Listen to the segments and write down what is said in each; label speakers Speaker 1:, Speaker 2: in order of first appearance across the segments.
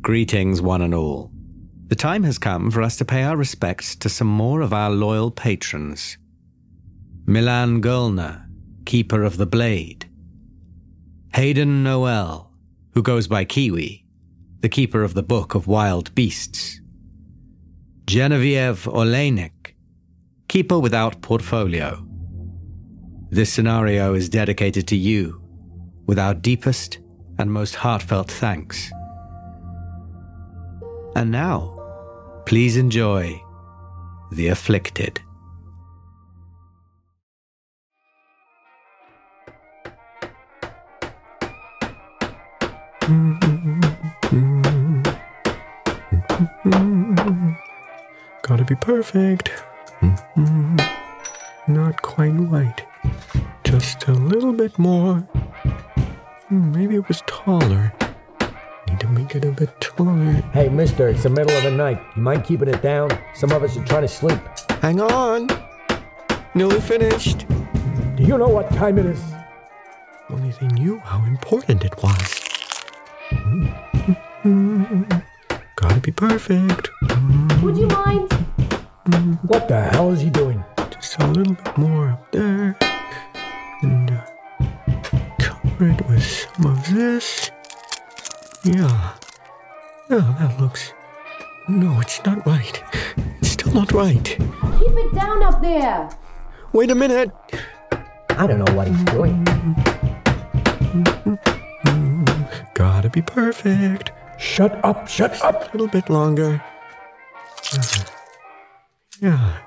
Speaker 1: Greetings, one and all. The time has come for us to pay our respects to some more of our loyal patrons Milan Gulner, Keeper of the Blade, Hayden Noel, who goes by Kiwi, the Keeper of the Book of Wild Beasts, Genevieve Olenek, Keeper Without Portfolio. This scenario is dedicated to you, with our deepest and most heartfelt thanks. And now, please enjoy The Afflicted.
Speaker 2: Gotta be perfect. Hmm. Mm-hmm. Not quite right. Just a little bit more. Maybe it was taller. Need to make it a bit taller.
Speaker 3: Hey, mister, it's the middle of the night. You mind keeping it down? Some of us are trying to sleep.
Speaker 2: Hang on. Nearly finished.
Speaker 3: Do you know what time it is?
Speaker 2: Only they knew how important it was. Gotta be perfect.
Speaker 4: Would you mind?
Speaker 3: What the hell is he doing?
Speaker 2: Just a little bit more up there. And uh, cover it with some of this. Yeah. Yeah, that looks. No, it's not right. It's still not right.
Speaker 4: Keep it down up there.
Speaker 2: Wait a minute.
Speaker 3: I don't know what he's doing.
Speaker 2: Gotta be perfect.
Speaker 3: Shut up, shut up.
Speaker 2: A little bit longer. Yeah.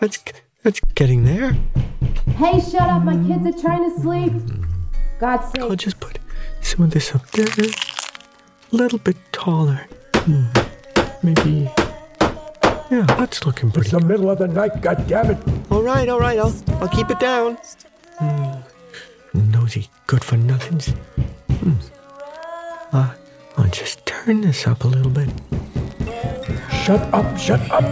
Speaker 2: That's that's getting there.
Speaker 4: Hey, shut up. My kids are trying to sleep. God's
Speaker 2: I'll
Speaker 4: sake.
Speaker 2: just put some of this up there. A little bit taller. Hmm. Maybe. Yeah, that's looking
Speaker 3: It's
Speaker 2: pretty.
Speaker 3: the middle of the night, goddammit.
Speaker 2: All right, all right. I'll I'll keep it down. Hmm. Nosy, good for nothings. Hmm. Uh, I'll just turn this up a little bit.
Speaker 3: Shut up, shut up.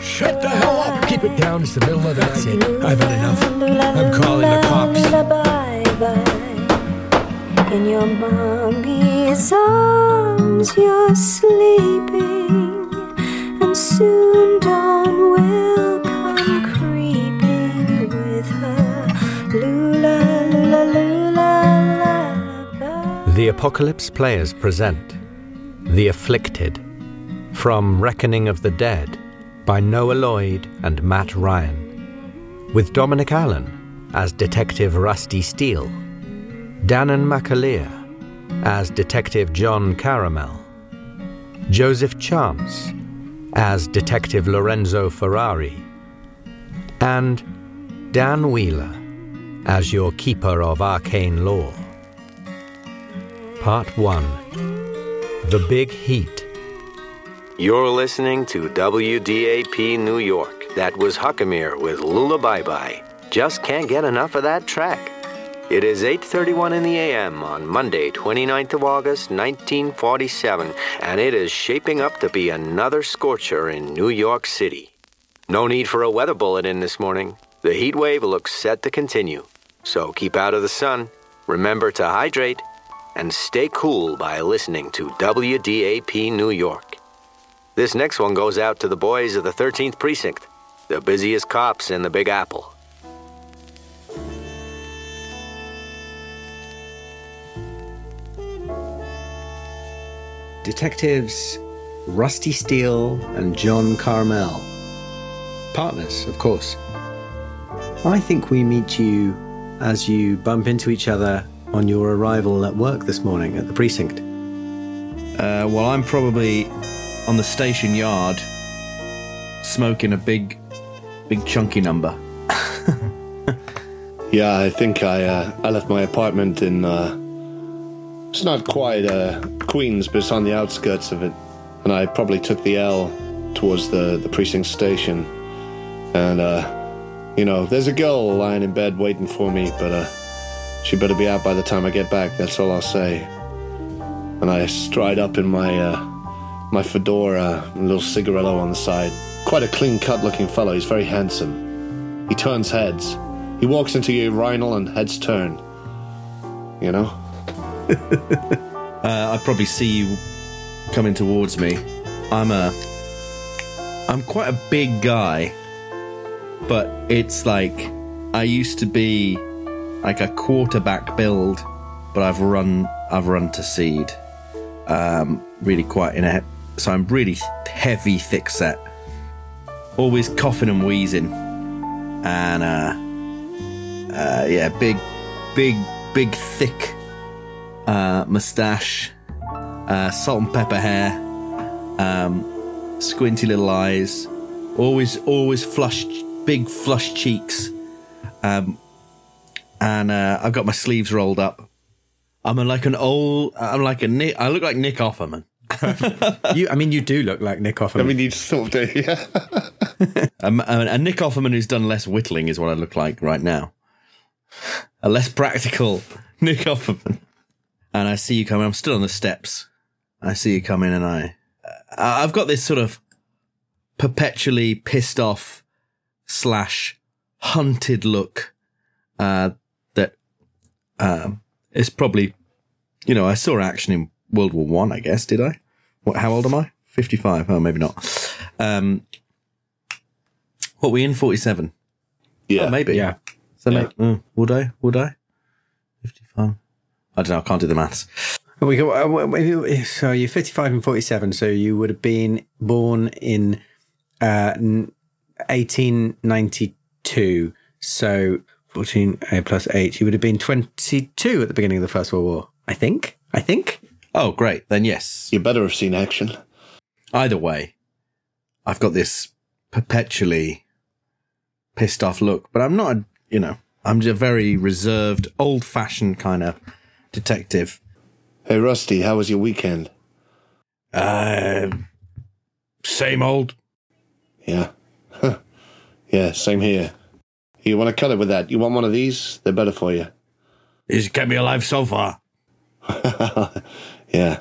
Speaker 3: Shut the hell up. Keep it down. It's the middle of the night.
Speaker 2: I've had enough.
Speaker 5: I'm
Speaker 2: calling the cops.
Speaker 5: In your mommy's arms, you're sleeping, and soon dawn will come creeping with her. Lula, lula, lula, lullaby.
Speaker 1: The Apocalypse Players present The Afflicted from Reckoning of the Dead by Noah Lloyd and Matt Ryan, with Dominic Allen as Detective Rusty Steele, Danon McAleer as Detective John Caramel, Joseph Chance as Detective Lorenzo Ferrari, and Dan Wheeler as your Keeper of Arcane Law. Part 1 The Big Heat. You're listening to WDAP New York. That was Huckamere with Lula Bye Bye. Just can't get enough of that track. It is 8:31 in the a.m. on Monday, 29th of August, 1947, and it is shaping up to be another scorcher in New York City. No need for a weather bulletin this morning. The heat wave looks set to continue. So keep out of the sun, remember to hydrate, and stay cool by listening to WDAP New York. This next one goes out to the boys of the 13th Precinct, the busiest cops in the Big Apple. Detectives Rusty Steele and John Carmel. Partners, of course. I think we meet you as you bump into each other on your arrival at work this morning at the precinct.
Speaker 6: Uh, well, I'm probably on the station yard smoking a big, big chunky number.
Speaker 7: Yeah, I think I uh, I left my apartment in. Uh, it's not quite uh, Queens, but it's on the outskirts of it, and I probably took the L towards the the precinct station, and uh, you know, there's a girl lying in bed waiting for me, but uh, she better be out by the time I get back. That's all I'll say. And I stride up in my uh, my fedora, a little cigarillo on the side. Quite a clean-cut looking fellow. He's very handsome. He turns heads. He walks into your urinal and heads turn. You know?
Speaker 6: Uh, I probably see you coming towards me. I'm a I'm quite a big guy, but it's like I used to be like a quarterback build, but I've run I've run to seed. Um, really quite in a so I'm really heavy, thick set. Always coughing and wheezing, and uh, uh, yeah, big, big, big, thick uh, mustache, uh, salt and pepper hair, um, squinty little eyes, always, always flushed, big flushed cheeks, um, and uh, I've got my sleeves rolled up. I'm like an old, I'm like a Nick, I look like Nick Offerman.
Speaker 8: You, I mean, you do look like Nick Offerman.
Speaker 7: I mean, you sort of do, yeah.
Speaker 6: Um, uh, a Nick Offerman who's done less whittling is what I look like right now. A less practical Nick Offerman. And I see you coming. I'm still on the steps. I see you coming, and I, I- I've got this sort of perpetually pissed off slash hunted look uh, that um, is probably, you know, I saw action in World War One. I, guess did I? What? How old am I? Fifty five. Oh, maybe not. Um, what we in forty seven?
Speaker 7: Yeah.
Speaker 6: maybe.
Speaker 8: Yeah.
Speaker 6: So
Speaker 7: Yeah.
Speaker 6: like, mm, would I? Would I? Fifty-five. I don't know. I can't do the maths.
Speaker 8: Well, We go, uh, w- w- so you're 55 and 47, so you would have been born in uh, n- 1892. So 14 uh, plus 8, you would have been 22 at the beginning of the First World War, I think. I think.
Speaker 6: Oh, great. Then yes.
Speaker 7: You better have seen action.
Speaker 6: Either way, I've got this perpetually pissed off look, but I'm not. A, you know, I'm a very reserved, old-fashioned kind of detective.
Speaker 7: Hey, Rusty, how was your weekend?
Speaker 6: Uh, same old.
Speaker 7: Yeah. Huh. yeah, same here. You want to cut it with that? You want one of these? They're better for you.
Speaker 6: He's kept me alive so far.
Speaker 7: Yeah.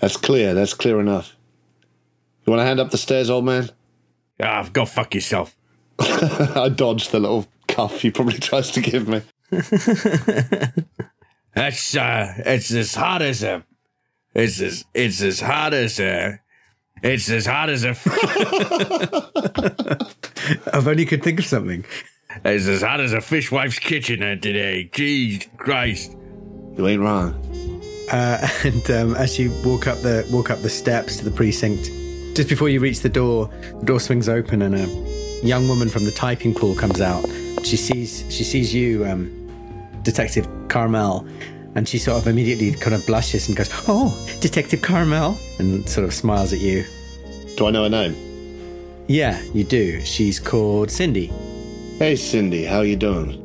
Speaker 7: That's clear. That's clear enough. You want to hand up the stairs, old man?
Speaker 6: Ah, go fuck yourself.
Speaker 7: I dodged the little cuff he probably tries to give me.
Speaker 6: That's uh, it's as hot as a, it's as it's as hot as a, it's as hot as a, f-
Speaker 8: I've only could think of something.
Speaker 6: it's as hot as a fishwife's kitchen uh, today. Jeez Christ!
Speaker 7: You ain't wrong.
Speaker 8: Uh, and um, as you walk up the walk up the steps to the precinct, just before you reach the door, the door swings open and a young woman from the typing pool comes out. She sees she sees you, um, Detective Carmel, and she sort of immediately kind of blushes and goes, "Oh, Detective Carmel," and sort of smiles at you.
Speaker 7: Do I know her name?
Speaker 8: Yeah, you do. She's called Cindy.
Speaker 7: Hey, Cindy, how you doing?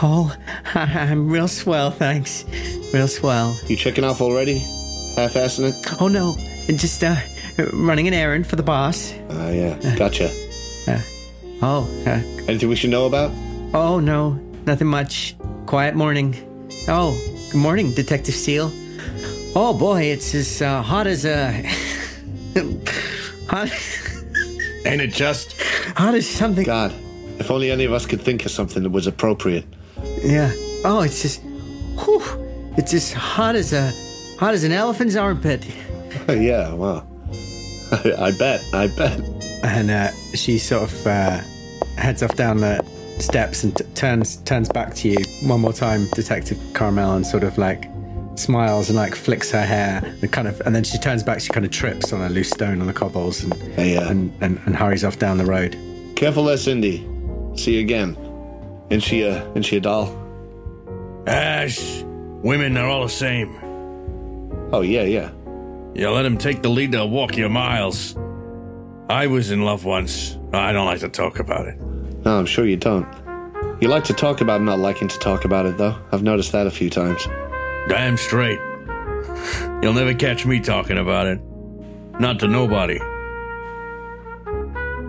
Speaker 8: Oh, I'm real swell, thanks. Real swell.
Speaker 7: You checking off already? Half-assing it?
Speaker 8: Oh no, just uh, running an errand for the boss.
Speaker 7: Ah, yeah. Gotcha.
Speaker 8: Oh, uh,
Speaker 7: Anything we should know about?
Speaker 8: Oh, no, nothing much. Quiet morning. Oh, good morning, Detective Seal. Oh boy, it's as uh, hot as a. hot,
Speaker 6: Ain't it just?
Speaker 8: hot as something.
Speaker 7: God, if only any of us could think of something that was appropriate.
Speaker 8: Yeah. Oh, it's just. Whew, it's as hot as a. Hot as an elephant's armpit.
Speaker 7: yeah, wow. I bet, I bet.
Speaker 8: and uh, she sort of uh, heads off down the steps and t- turns turns back to you one more time, Detective Carmel, and sort of like smiles and like flicks her hair and kind of and then she turns back. She kind of trips on a loose stone on the cobbles and
Speaker 7: Hey, uh,
Speaker 8: and, and, and hurries off down the road.
Speaker 7: careful there, Cindy. See you again. Isn't she a, isn't she a doll?
Speaker 6: Ash, women are all the same.
Speaker 7: Oh, yeah, yeah.
Speaker 6: You let them take the lead, they'll walk your miles. I was in love once. I don't like to talk about it.
Speaker 7: No, I'm sure you don't. You like to talk about not liking to talk about it, though. I've noticed that a few times.
Speaker 6: Damn straight. You'll never catch me talking about it. Not to nobody.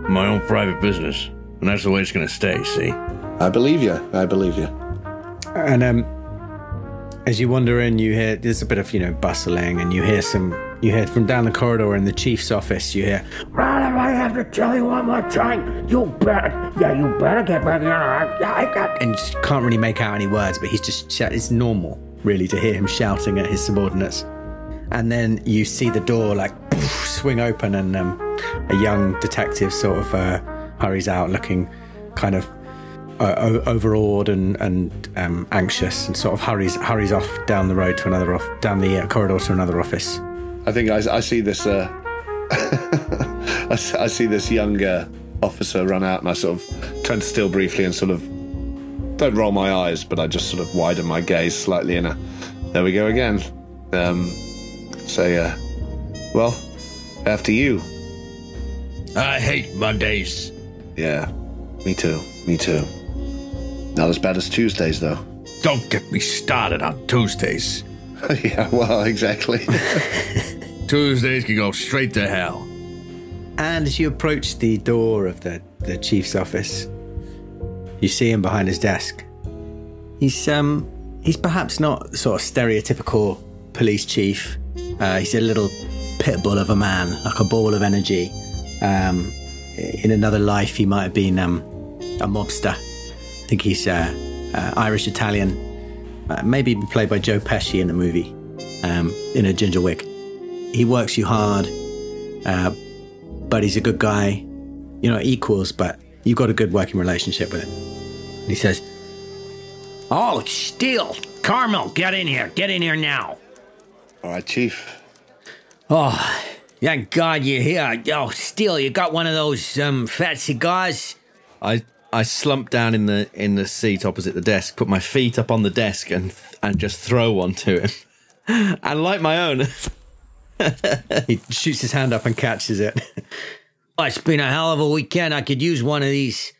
Speaker 6: My own private business. And that's the way it's gonna stay, see?
Speaker 7: I believe you. I believe you.
Speaker 8: And um, as you wander in, you hear there's a bit of you know bustling, and you hear some. You hear from down the corridor in the chief's office. You hear
Speaker 9: Right, I have to tell you one more time. You better, yeah, you better get back here. I, I got
Speaker 8: and just can't really make out any words, but he's just shout- it's normal really to hear him shouting at his subordinates. and then you see the door like swing open, and um, a young detective sort of uh, hurries out, looking kind of uh, o- overawed and and um, anxious, and sort of hurries hurries off down the road to another off down the uh, corridor to another office.
Speaker 7: I think I, I see this. Uh, I, s- I see this younger officer run out, and I sort of turn still briefly and sort of don't roll my eyes, but I just sort of widen my gaze slightly. And uh, there we go again. Um, say, uh, well, after you.
Speaker 10: I hate Mondays.
Speaker 7: Yeah, me too. Me too. Not as bad as Tuesdays, though.
Speaker 10: Don't get me started on Tuesdays.
Speaker 7: yeah, well, exactly.
Speaker 10: Tuesdays can go straight to hell.
Speaker 8: And as you approach the door of the, the chief's office, you see him behind his desk. He's um he's perhaps not sort of stereotypical police chief. Uh, he's a little pit bull of a man, like a ball of energy. Um, in another life, he might have been um, a mobster. I think he's uh, uh, Irish Italian, uh, maybe played by Joe Pesci in a movie, um, in a ginger wig. He works you hard. Uh, but he's a good guy. You know, equals, but you've got a good working relationship with him. And he says,
Speaker 11: Oh, it's Steele! Carmel, get in here. Get in here now.
Speaker 7: All right, Chief.
Speaker 11: Oh, thank God you're here. Yo, Steele, you got one of those um, fat cigars?
Speaker 6: I I slump down in the in the seat opposite the desk, put my feet up on the desk, and and just throw one to him, and light my own.
Speaker 8: he shoots his hand up and catches it.
Speaker 11: Oh, it's been a hell of a weekend. I could use one of these.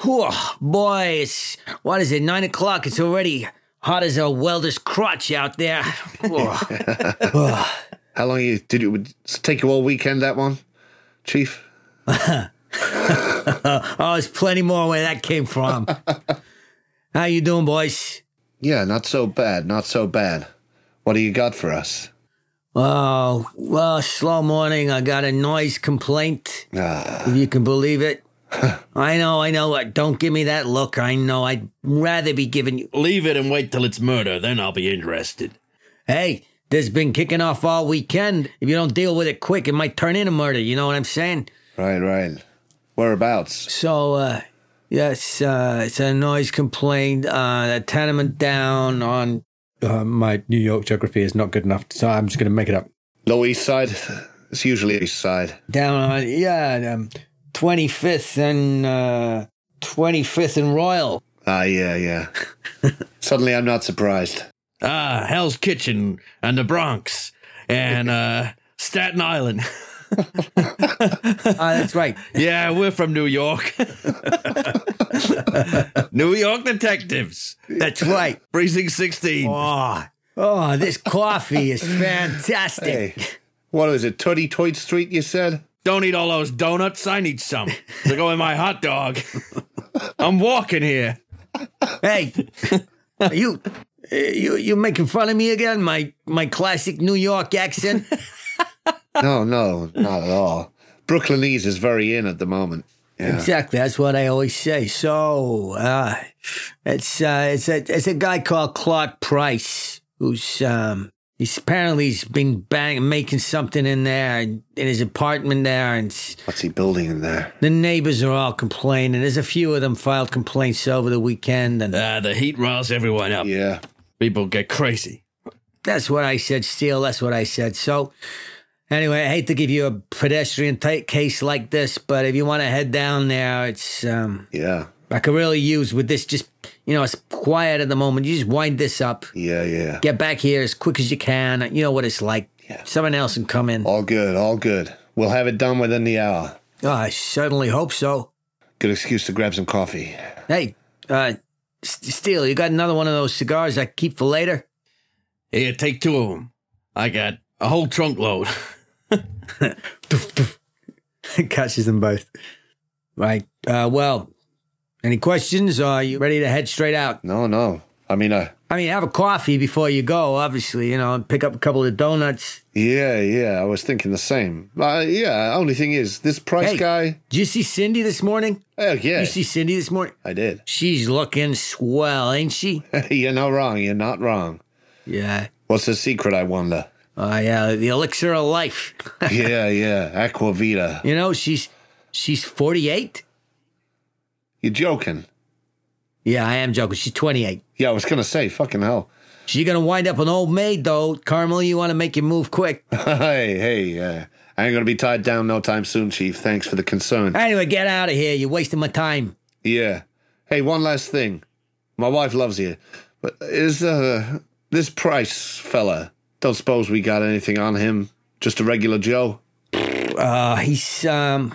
Speaker 11: Whew, boy, it's, what is it, 9 o'clock? It's already hot as a welder's crotch out there. Whew.
Speaker 7: How long you did it would it take you all weekend that one, Chief?
Speaker 11: oh, there's plenty more where that came from. How you doing, boys?
Speaker 7: Yeah, not so bad, not so bad. What do you got for us?
Speaker 11: Oh, well, slow morning. I got a noise complaint. if you can believe it. I know, I know. Uh, Don't give me that look. I know. I'd rather be giving you.
Speaker 10: Leave it and wait till it's murder, then I'll be interested.
Speaker 11: Hey, this has been kicking off all weekend. If you don't deal with it quick, it might turn into murder. You know what I'm saying?
Speaker 7: Right, right. Whereabouts?
Speaker 11: So, uh, yes, uh, it's a noise complaint. Uh, a tenement down on.
Speaker 8: Uh, my New York geography is not good enough, so I'm just going to make it up.
Speaker 7: Low East Side? It's usually East Side.
Speaker 11: Down on, yeah, um, 25th and, uh, 25th and Royal.
Speaker 7: Ah, yeah, yeah. Suddenly I'm not surprised.
Speaker 10: Ah, Hell's Kitchen and the Bronx and uh, Staten Island.
Speaker 11: Ah, that's right.
Speaker 10: Yeah, we're from New York. New York detectives.
Speaker 11: That's right.
Speaker 10: Precinct 16.
Speaker 11: Oh, oh, this coffee is fantastic.
Speaker 7: Hey, what is it, Tootie Toit Street, you said?
Speaker 10: Don't eat all those donuts. I need some. They go in my hot dog. I'm walking here.
Speaker 11: Hey, are you, uh, you, you making fun of me again? My, my classic New York accent.
Speaker 7: No, no, not at all. Brooklynese is very in at the moment. Yeah.
Speaker 11: Exactly. That's what I always say. So, uh, it's, uh, it's a, it's a guy called Clark Price who's, um, he's apparently he's been bang, making something in there in his apartment there and s-
Speaker 7: What's he building in there?
Speaker 11: the neighbors are all complaining. There's a few of them filed complaints over the weekend and
Speaker 10: Ah, the heat riles everyone up.
Speaker 7: Yeah.
Speaker 10: People get crazy.
Speaker 11: That's what I said, Steele. That's what I said. So, anyway, I hate to give you a pedestrian type case like this, but if you want to head down there, it's um,
Speaker 7: Yeah.
Speaker 11: I could really use with this. Just you know, it's quiet at the moment. You just wind this up,
Speaker 7: Yeah, yeah.
Speaker 11: get back here as quick as you can. You know what it's like. Someone else can come in.
Speaker 7: All good, all good. We'll have it done within the hour.
Speaker 11: Oh, I certainly hope so.
Speaker 7: Good excuse to grab some coffee.
Speaker 11: Hey, uh, S- Steele, you got another one of those cigars I keep for later?
Speaker 10: Here, take two of them. I got a whole trunk load.
Speaker 8: catches them both.
Speaker 11: Right. Uh, well, any questions? Or are you ready to head straight out?
Speaker 7: No, no. I mean, uh,
Speaker 11: I mean, have a coffee before you go, obviously, you know, and pick up a couple of donuts.
Speaker 7: yeah, yeah. I was thinking the same. Uh, yeah. Only thing is, this price
Speaker 11: Hey.
Speaker 7: guy.
Speaker 11: Did you see Cindy this morning?
Speaker 7: Oh, yeah.
Speaker 11: You see Cindy this morning?
Speaker 7: I did.
Speaker 11: She's looking swell, ain't she?
Speaker 7: You're not wrong. You're not wrong.
Speaker 11: Yeah.
Speaker 7: What's the secret? I wonder.
Speaker 11: uh, yeah, the elixir of life.
Speaker 7: yeah, yeah. Aquavita.
Speaker 11: You know, she's she's 48.
Speaker 7: You're joking.
Speaker 11: Yeah, I am joking. She's 28.
Speaker 7: Yeah, I was going to say, fucking hell.
Speaker 11: She's going to wind up an old maid, though. Carmel, you want to make your move quick.
Speaker 7: hey, hey, uh, I ain't going to be tied down no time soon, Chief. Thanks for the concern.
Speaker 11: Anyway, get out of here. You're wasting my time.
Speaker 7: Yeah. Hey, one last thing. My wife loves you. But is uh, this Price fella, don't suppose we got anything on him? Just a regular Joe?
Speaker 11: Uh, he's, um,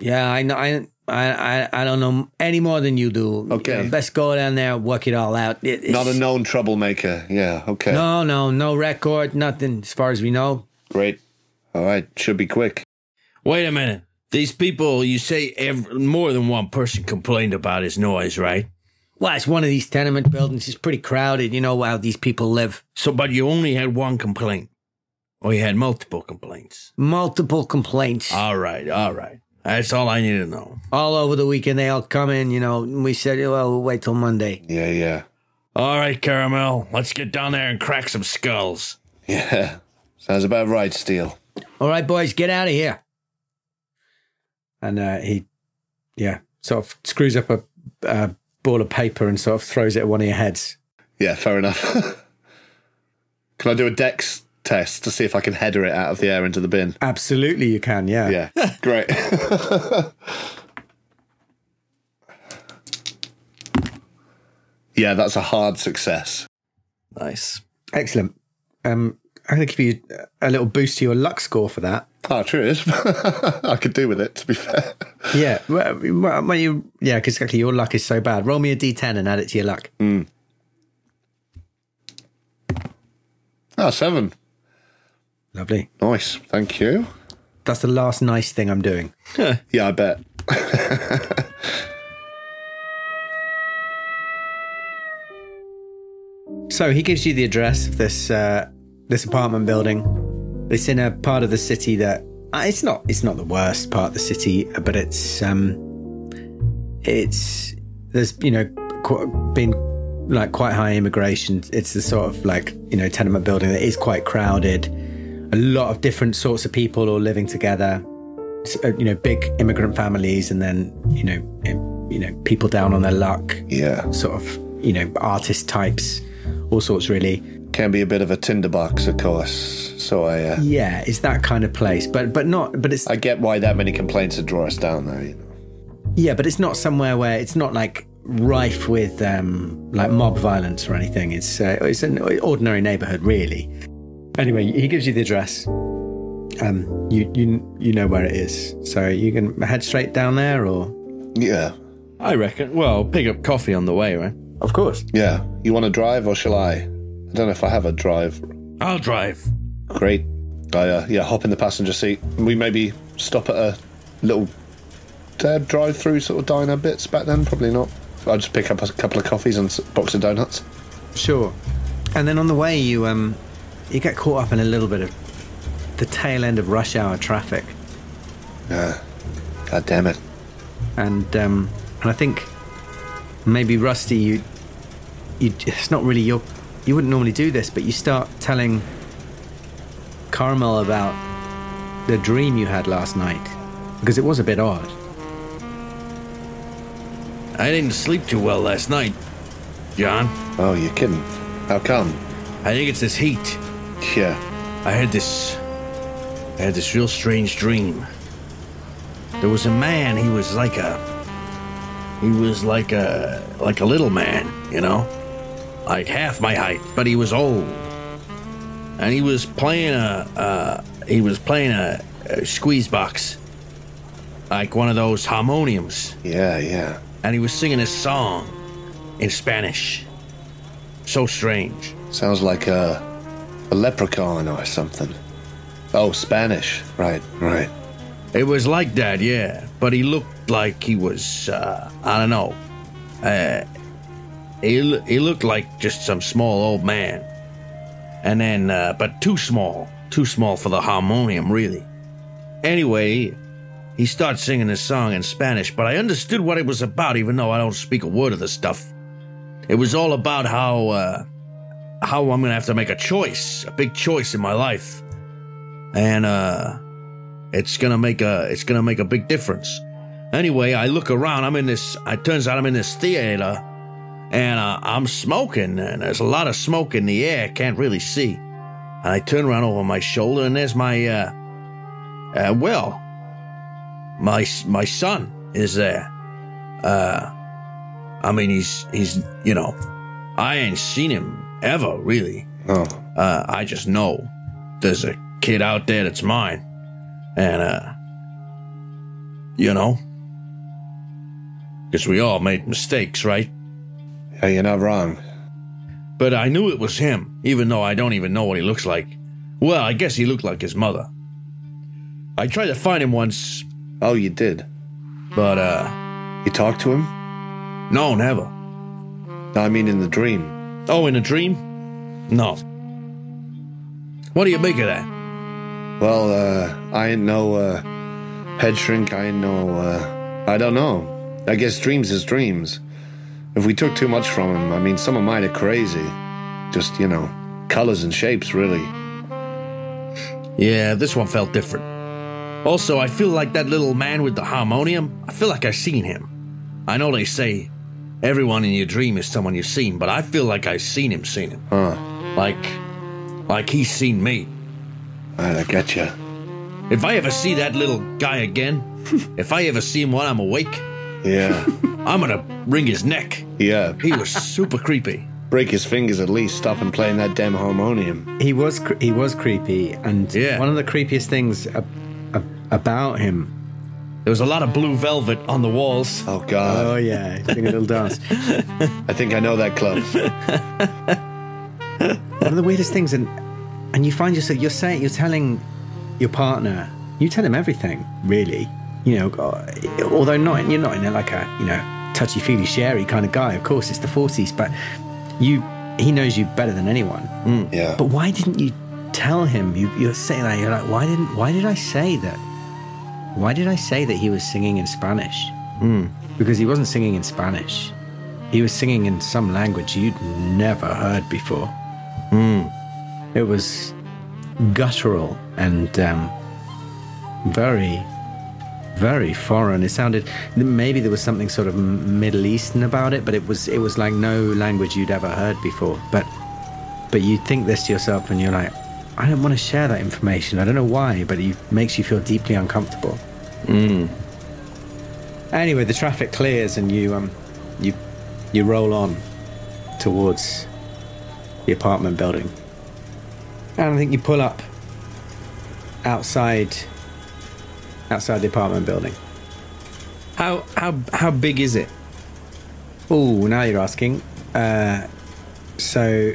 Speaker 11: yeah, I know. I, I, I, I don't know any more than you do.
Speaker 7: Okay.
Speaker 11: Uh, best go down there and work it all out. It- it's-
Speaker 7: Not a known troublemaker. Yeah, okay.
Speaker 11: No, no, no record, nothing as far as we know.
Speaker 7: Great. All right, should be quick.
Speaker 10: Wait a minute. These people, you say ev more than one person complained about his noise, right?
Speaker 11: Well, it's one of these tenement buildings. It's pretty crowded. You know how these people live.
Speaker 10: So, but you only had one complaint, or you had multiple complaints.
Speaker 11: Multiple complaints.
Speaker 8: Ah.
Speaker 10: All right, all right. That's all I need to know.
Speaker 11: all over the weekend, they all come in, you know. And we said,
Speaker 8: "Oh,
Speaker 11: well, we'll wait till Monday.
Speaker 7: Yeah, yeah.
Speaker 10: All right, Caramel, let's get down there and crack some skulls.
Speaker 7: Yeah. Sounds about right, Steele.
Speaker 11: All right, boys, get out of here.
Speaker 8: and uh, he, yeah, sort of screws up a, a ball of paper and sort of throws it at one of your heads.
Speaker 7: Yeah, fair enough. can I do a dex test to see if I can header it out of the air into the bin?
Speaker 8: Absolutely, you can. Yeah,
Speaker 7: Yeah, great. yeah, that's a hard success.
Speaker 10: Nice.
Speaker 8: excellent. Um, I'm going to give you a little boost to your luck score for that.
Speaker 7: Oh, true. it is. I could do with it, to be fair.
Speaker 8: Yeah, well, well, well, you, yeah, because exactly your luck is so bad. Roll me a d10 and add it to your luck.
Speaker 7: Mm. Ah, seven.
Speaker 8: Lovely.
Speaker 7: Nice. Thank you.
Speaker 8: That's the last nice thing I'm doing.
Speaker 7: yeah, I bet.
Speaker 8: So he gives you the address of this uh, this apartment building. It's in a part of the city that uh, it's not it's not the worst part of the city, but it's um it's there's you know qu- been like quite high immigration. It's the sort of like you know tenement building that is quite crowded. A lot of different sorts of people all living together. S- uh, you know, big immigrant families, and then you know im- you know people down on their luck.
Speaker 7: Yeah,
Speaker 8: sort of you know artist types, all sorts really.
Speaker 7: Can be a bit of a tinderbox, of course. So I. Uh,
Speaker 8: Yeah, it's that kind of place, but but not but it's
Speaker 7: I get why that many complaints would draw us down, though. You know?
Speaker 8: yeah, but it's not somewhere where it's not like rife with um like mob violence or anything. It's uh, it's an ordinary neighborhood really. Anyway, he gives you the address. Um, you you you know where it is, so you can head straight down there, or
Speaker 7: Yeah.
Speaker 10: I reckon. Well, pick up coffee on the way, right?
Speaker 8: Of course.
Speaker 7: Yeah. You want to drive or shall I? I don't know if I have a drive.
Speaker 10: I'll drive.
Speaker 7: Great. I, uh, yeah, hop in the passenger seat. We maybe stop at a little drive through sort of diner bits back then. Probably not. I'll just pick up a couple of coffees and s- box of donuts.
Speaker 8: Sure. And then on the way, you um, you get caught up in a little bit of the tail end of rush hour traffic.
Speaker 7: Yeah. God damn it.
Speaker 8: And um, and I think maybe Rusty, you you it's not really your you wouldn't normally do this, but you start telling Carmel about the dream you had last night because it was a bit odd.
Speaker 10: I didn't sleep too well last night, John.
Speaker 7: Oh, you're kidding. How come?
Speaker 10: I think it's this heat.
Speaker 7: Yeah.
Speaker 10: I had this. I had this real strange dream. There was a man. He was like a. He was like a like a little man, you know, like half my height, but he was old, and he was playing a. Uh, he was playing a, a squeeze box, like one of those harmoniums.
Speaker 7: Yeah, yeah.
Speaker 10: And he was singing a song in Spanish. So strange.
Speaker 7: Sounds like a, a leprechaun or something. Oh, Spanish. Right, right.
Speaker 10: It was like that, yeah. But he looked like he was, uh, I don't know. Uh, he, l- he looked like just some small old man. And then, uh, but too small. Too small for the harmonium, really. Anyway, he starts singing this song in Spanish, but I understood what it was about, even though I don't speak a word of the stuff. It was all about how, uh, how I'm gonna have to make a choice, a big choice in my life, and uh, it's gonna make a it's gonna make a big difference. Anyway, I look around. I'm in this. It turns out I'm in this theater, and uh, I'm smoking, and there's a lot of smoke in the air. Can't really see. And I turn around over my shoulder, and there's my uh, uh Will. My my son is there. Uh, I mean, he's he's you know, I ain't seen him ever really.
Speaker 7: Oh.
Speaker 10: Uh, I just know there's a kid out there that's mine, and uh, you know, because we all made mistakes, right?
Speaker 7: Yeah, you're not wrong.
Speaker 10: But I knew it was him, even though I don't even know what he looks like. Well, I guess he looked like his mother. I tried to find him once.
Speaker 7: Oh, you did.
Speaker 10: But uh,
Speaker 7: you talked to him?
Speaker 10: No, never.
Speaker 7: I mean, in the dream.
Speaker 10: Oh, in a dream? No. What do you make of that?
Speaker 7: Well, uh, I ain't no uh, head shrink. I ain't no. Uh, I don't know. I guess dreams is dreams. If we took too much from them, I mean, some of mine are crazy. Just, you know, colors and shapes, really.
Speaker 10: Yeah, this one felt different. Also, I feel like that little man with the harmonium. I feel like I've seen him. I know they say everyone in your dream is someone you've seen, but I feel like I've seen him, seen him.
Speaker 7: Huh.
Speaker 10: Like, like he's seen me.
Speaker 7: Alright, I gotcha.
Speaker 10: If I ever see that little guy again, if I ever see him while I'm awake,
Speaker 7: Yeah.
Speaker 10: I'm gonna wring his neck.
Speaker 7: Yeah.
Speaker 10: He was super creepy.
Speaker 7: Break his fingers at least. Stop him playing that damn harmonium.
Speaker 8: He was cre- he was creepy, and one of the creepiest things ab- ab- about him.
Speaker 10: There was a lot of blue velvet on the walls.
Speaker 7: Oh God!
Speaker 8: Oh yeah, doing a little dance.
Speaker 7: I think I know that club.
Speaker 8: one of the weirdest things, and and you find yourself you're saying you're telling your partner, you tell him everything, really. You know, uh, although not you're not in a, like a you know touchy feely sherry kind of guy. Of course, it's the forties, but you he knows you better than anyone.
Speaker 7: Yeah.
Speaker 8: But why didn't you tell him? You, you're saying that you're like, why didn't why did I say that? Why did I say that he was singing in Spanish? Because he wasn't singing in Spanish. He was singing in some language you'd never heard before. It was guttural and um, very, very foreign. It sounded maybe there was something sort of Middle Eastern about it, but it was it was like no language you'd ever heard before. But but you think this to yourself, and you're like, I don't want to share that information. I don't know why, but it makes you feel deeply uncomfortable. Anyway, the traffic clears, and you um, you you roll on towards the apartment building. And I think you pull up outside outside the apartment building. How how how big is it? Oh, now you're asking. Uh, so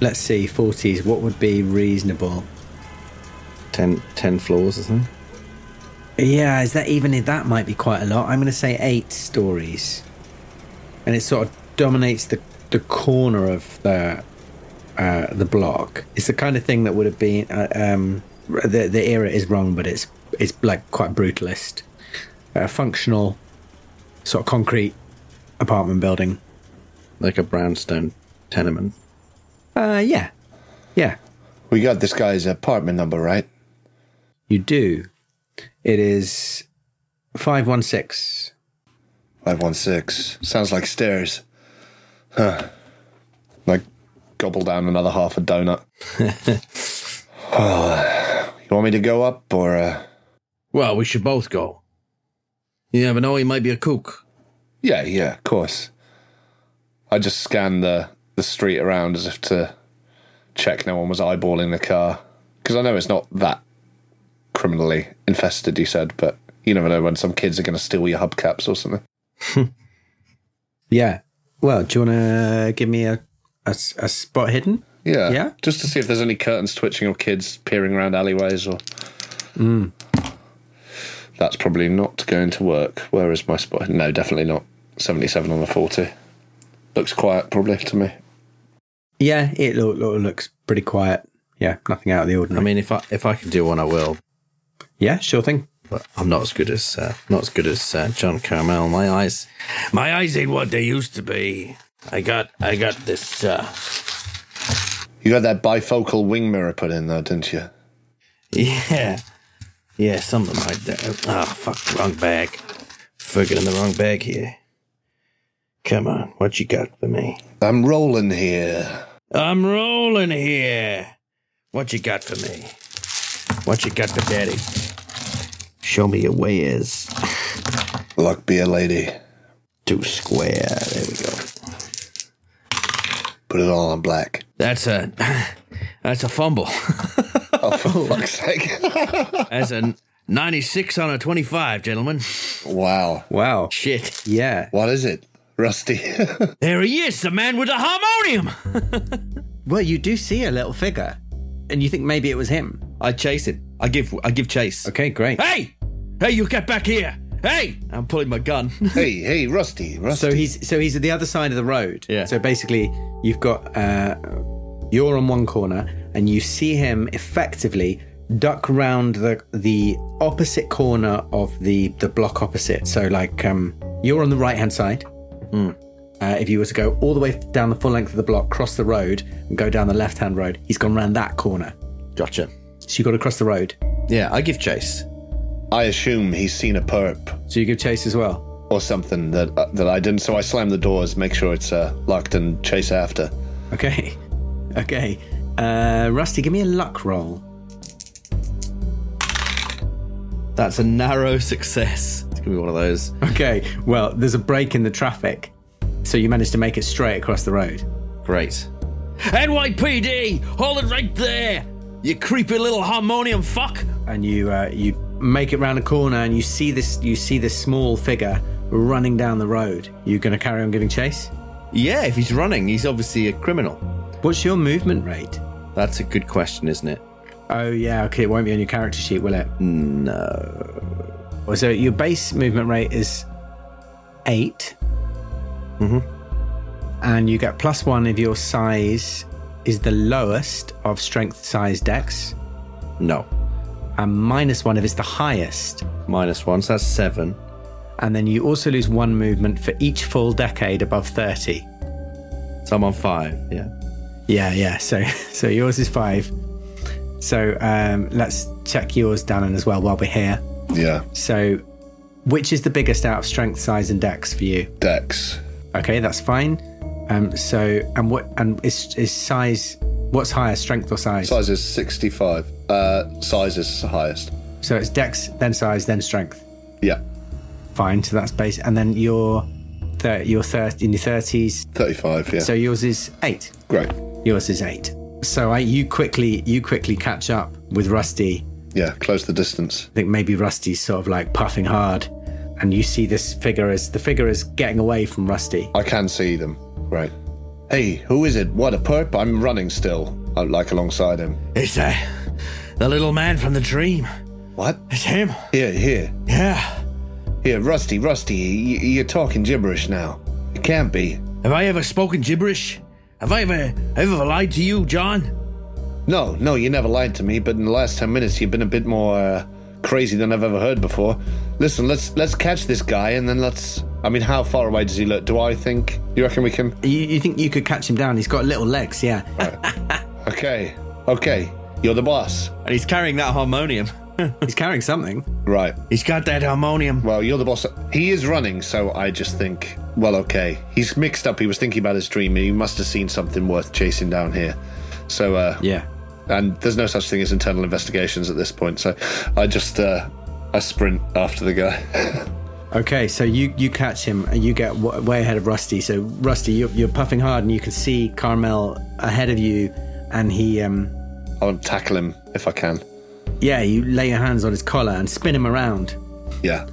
Speaker 8: let's see, forties. What would be reasonable?
Speaker 6: 10, 10 floors or something.
Speaker 8: Yeah, is that even that might be quite a lot? I'm going to say eight stories, and it sort of dominates the the corner of the uh, the block. It's the kind of thing that would have been uh, um, the the era is wrong, but it's it's like quite brutalist, uh, functional, sort of concrete apartment building.
Speaker 6: Like a brownstone tenement.
Speaker 8: Uh, yeah, yeah.
Speaker 7: We got this guy's apartment number, right?
Speaker 8: You do. It is five one six.
Speaker 7: Five one six. Sounds like stairs. Huh. Like gobble down another half a donut. oh, you want me to go up or uh
Speaker 10: Well, we should both go. You never know, he might be a kook.
Speaker 7: Yeah, yeah, of course. I just scanned the the street around as if to check no one was eyeballing the car because I know it's not that criminally infested. You said, but you never know when some kids are going to steal your hubcaps or something.
Speaker 8: Yeah. Well, do you want to give me a, a, s- a spot hidden?
Speaker 7: Yeah,
Speaker 8: Yeah?
Speaker 7: Just to see if there's any curtains twitching or kids peering around alleyways or.
Speaker 8: Mm.
Speaker 7: That's probably not going to work. Where is my spot? No, definitely not. Seventy-seven on the forty. Looks quiet, probably to me.
Speaker 8: Yeah, it lo- lo- looks pretty quiet. Yeah, nothing out of the ordinary.
Speaker 6: I mean, if I if I can do one, I will.
Speaker 8: Yeah, sure thing.
Speaker 6: But I'm not as good as uh, not as good as uh, John Carmel. My eyes,
Speaker 10: My eyes ain't what they used to be. I got, I got this. Uh,
Speaker 7: You got that bifocal wing mirror put in, though, didn't you?
Speaker 10: Yeah. Yeah, something like that. Oh, fuck, wrong bag. Forgetting the wrong bag here. Come on, what you got for me?
Speaker 7: I'm rolling here.
Speaker 10: I'm rolling here. What you got for me? What you got for daddy? Show me your wares.
Speaker 7: Luck be a lady.
Speaker 10: Two square. There we go.
Speaker 7: Put it all on black.
Speaker 10: That's a that's a fumble.
Speaker 7: Oh, for fuck's sake.
Speaker 10: That's a 96 on a 25, gentlemen.
Speaker 7: Wow.
Speaker 8: Wow.
Speaker 10: Shit.
Speaker 8: Yeah.
Speaker 7: What is it? Rusty.
Speaker 10: There he is, the man with the harmonium.
Speaker 8: Well, you do see a little figure, and you think maybe it was him.
Speaker 6: I chase him. I give. I give chase.
Speaker 8: Okay, great.
Speaker 10: Hey! Hey, you get back here! Hey! I'm pulling my gun.
Speaker 7: hey, hey, Rusty, Rusty.
Speaker 8: So he's so he's at the other side of the road.
Speaker 6: Yeah.
Speaker 8: So basically, you've got uh, you're on one corner, and you see him effectively duck round the the opposite corner of the the block opposite. So like um, you're on the right hand side. Uh, if you were to go all the way down the full length of the block, cross the road, and go down the left hand road, he's gone round that corner.
Speaker 6: Gotcha.
Speaker 8: So you got to cross the road.
Speaker 6: Yeah, I give chase.
Speaker 7: I assume he's seen a perp
Speaker 8: So you give chase as well.
Speaker 7: or something that uh, that I didn't. So I slam the doors, make sure it's uh, locked, and chase after.
Speaker 8: Okay. Okay. Uh, Rusty, give me a luck roll.
Speaker 6: That's a narrow success. It's gonna be one of those.
Speaker 8: Okay, well, there's a break in the traffic, so you managed to make it straight across the road.
Speaker 6: Great.
Speaker 10: NYPD! Hold it right there! You creepy little harmonium fuck!
Speaker 8: And you uh, you make it round a corner, and you see this you see this small figure running down the road. You going to carry on giving chase?
Speaker 6: Yeah, if he's running, he's obviously a criminal.
Speaker 8: What's your movement rate?
Speaker 6: That's a good question, isn't it?
Speaker 8: Oh yeah, okay, it won't be on your character sheet, will it?
Speaker 6: No.
Speaker 8: Well, So your base movement rate is 8 Mm-hmm. And you get plus one if your size is the lowest of strength size decks,
Speaker 6: No.
Speaker 8: and minus one if it's the highest.
Speaker 6: Minus one, so that's seven.
Speaker 8: and then you also lose one movement for each full decade above 30.
Speaker 6: So I'm on five. Yeah.
Speaker 8: Yeah, yeah. So so yours is 5. So um let's check yours Dannon as well while we're here.
Speaker 7: Yeah,
Speaker 8: So which is the biggest out of strength size and dex for you?
Speaker 7: Dex.
Speaker 8: Okay, that's fine. Um so and what and is is size what's higher strength or size?
Speaker 7: Size is sixty-five. Uh, size is highest.
Speaker 8: So it's dex then size then strength.
Speaker 7: Yeah,
Speaker 8: Fine. So that's base and then your thir- your thir- in your 30s.
Speaker 7: thirty-five. Yeah,
Speaker 8: So yours is 8.
Speaker 7: great.
Speaker 8: Yours is eight. So I, you quickly, you quickly catch up with Rusty.
Speaker 7: Yeah, close the distance.
Speaker 8: I think maybe Rusty's sort of like puffing hard, and you see this figure as the figure is getting away from Rusty.
Speaker 7: I can see them. Right. Hey, who is it? What a perp! I'm running still. i like alongside him.
Speaker 10: It's that. The little man from the dream.
Speaker 7: What?
Speaker 10: It's him.
Speaker 7: Here, here,
Speaker 10: Yeah.
Speaker 7: here, Rusty, Rusty. Y- you're talking gibberish now. It can't be.
Speaker 10: Have I ever spoken gibberish? Have I ever, ever lied to you, John?
Speaker 7: No, no, you never lied to me, but in the last 10 minutes you've been a bit more uh, crazy than I've ever heard before. Listen, let's let's catch this guy and then let's I mean, how far away does he look? Do I think you reckon we can
Speaker 8: You, you think you could catch him down? He's got little legs, yeah.
Speaker 7: Okay. Okay. You're the boss.
Speaker 6: And he's carrying that harmonium.
Speaker 8: He's carrying something.
Speaker 7: Right.
Speaker 10: He's got that harmonium.
Speaker 7: Well, you're the boss. He is running, so I just think, well, okay. He's mixed up. He was thinking about his dream. He must have seen something worth chasing down here. So, uh,
Speaker 8: Yeah.
Speaker 7: and there's no such thing as internal investigations at this point. So, I just, uh, I sprint after the guy.
Speaker 8: Okay, so you you catch him and you get w- way ahead of Rusty. So Rusty, you're, you're puffing hard, and you can see Carmel ahead of you, and he um
Speaker 7: I'll tackle him if I can.
Speaker 8: yeah, you lay your hands on his collar and spin him around.
Speaker 7: Yeah.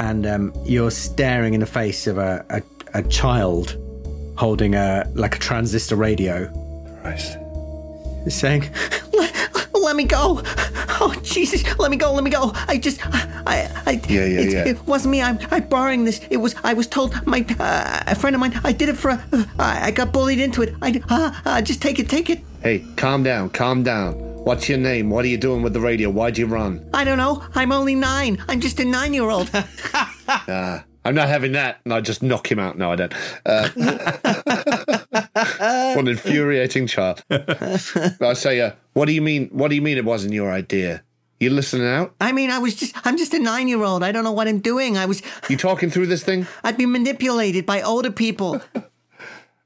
Speaker 8: and um, you're staring in the face of a, a, a child holding a like a transistor radio
Speaker 7: Christ.
Speaker 8: saying let, let me go oh jesus let me go let me go i just i i
Speaker 7: Yeah, yeah,
Speaker 8: it,
Speaker 7: yeah.
Speaker 8: it wasn't me i'm i'm borrowing this it was i was told my uh, a friend of mine i did it for a, uh, I, I got bullied into it i uh, uh, just take it take it
Speaker 7: Hey, calm down, calm down. What's your name? What are you doing with the radio? Why'd you run?
Speaker 8: i don't know i'm only nine i'm just a nine year old
Speaker 7: Ah, I'm not having that. And I just knock him out. No, I don't. Uh, what an infuriating child. I say, uh, what do you mean? What do you mean it wasn't your idea? You listening out?
Speaker 12: I mean, I was just, I'm just a nine year old. I don't know what I'm doing. I was.
Speaker 7: You talking through this thing?
Speaker 12: I'd be manipulated by older people.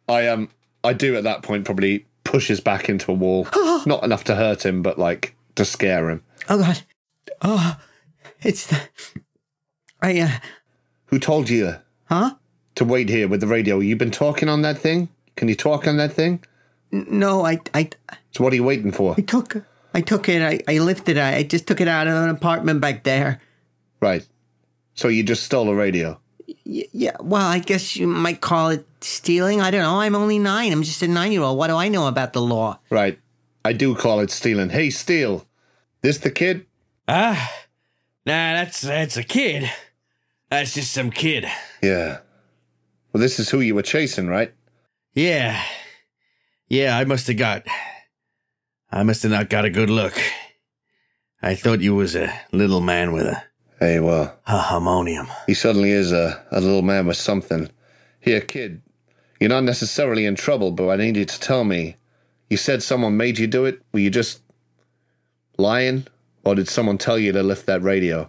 Speaker 7: I um I do at that point probably push his back into a wall. Not enough to hurt him, but like to scare him.
Speaker 12: Oh, God. Oh, it's the. I, uh,
Speaker 7: Who told you?
Speaker 12: Huh?
Speaker 7: To wait here with the radio. You've been talking on that thing? Can you talk on that thing?
Speaker 12: no, I, I,
Speaker 7: So what are you waiting for?
Speaker 12: I took, I took it. I, I lifted it. I just took it out of an apartment back there.
Speaker 7: Right. So you just stole a radio.
Speaker 12: Y- yeah, well, I guess you might call it stealing. I don't know. I'm only nine. I'm just a nine year old. What do I know about the law?
Speaker 7: Right. I do call it stealing. Hey, steal. This the kid?
Speaker 10: Ah. Nah, that's that's a kid. That's just some kid.
Speaker 7: Yeah. Well, this is who you were chasing, right?
Speaker 10: Yeah. Yeah, I must have got I must have not got a good look. I thought you was a little man with a
Speaker 7: Hey, well.
Speaker 10: A harmonium.
Speaker 7: He suddenly is a, a little man with something. Here, kid, you're not necessarily in trouble, but I need you to tell me. You said someone made you do it. Were you just lying? Or did someone tell you to lift that radio?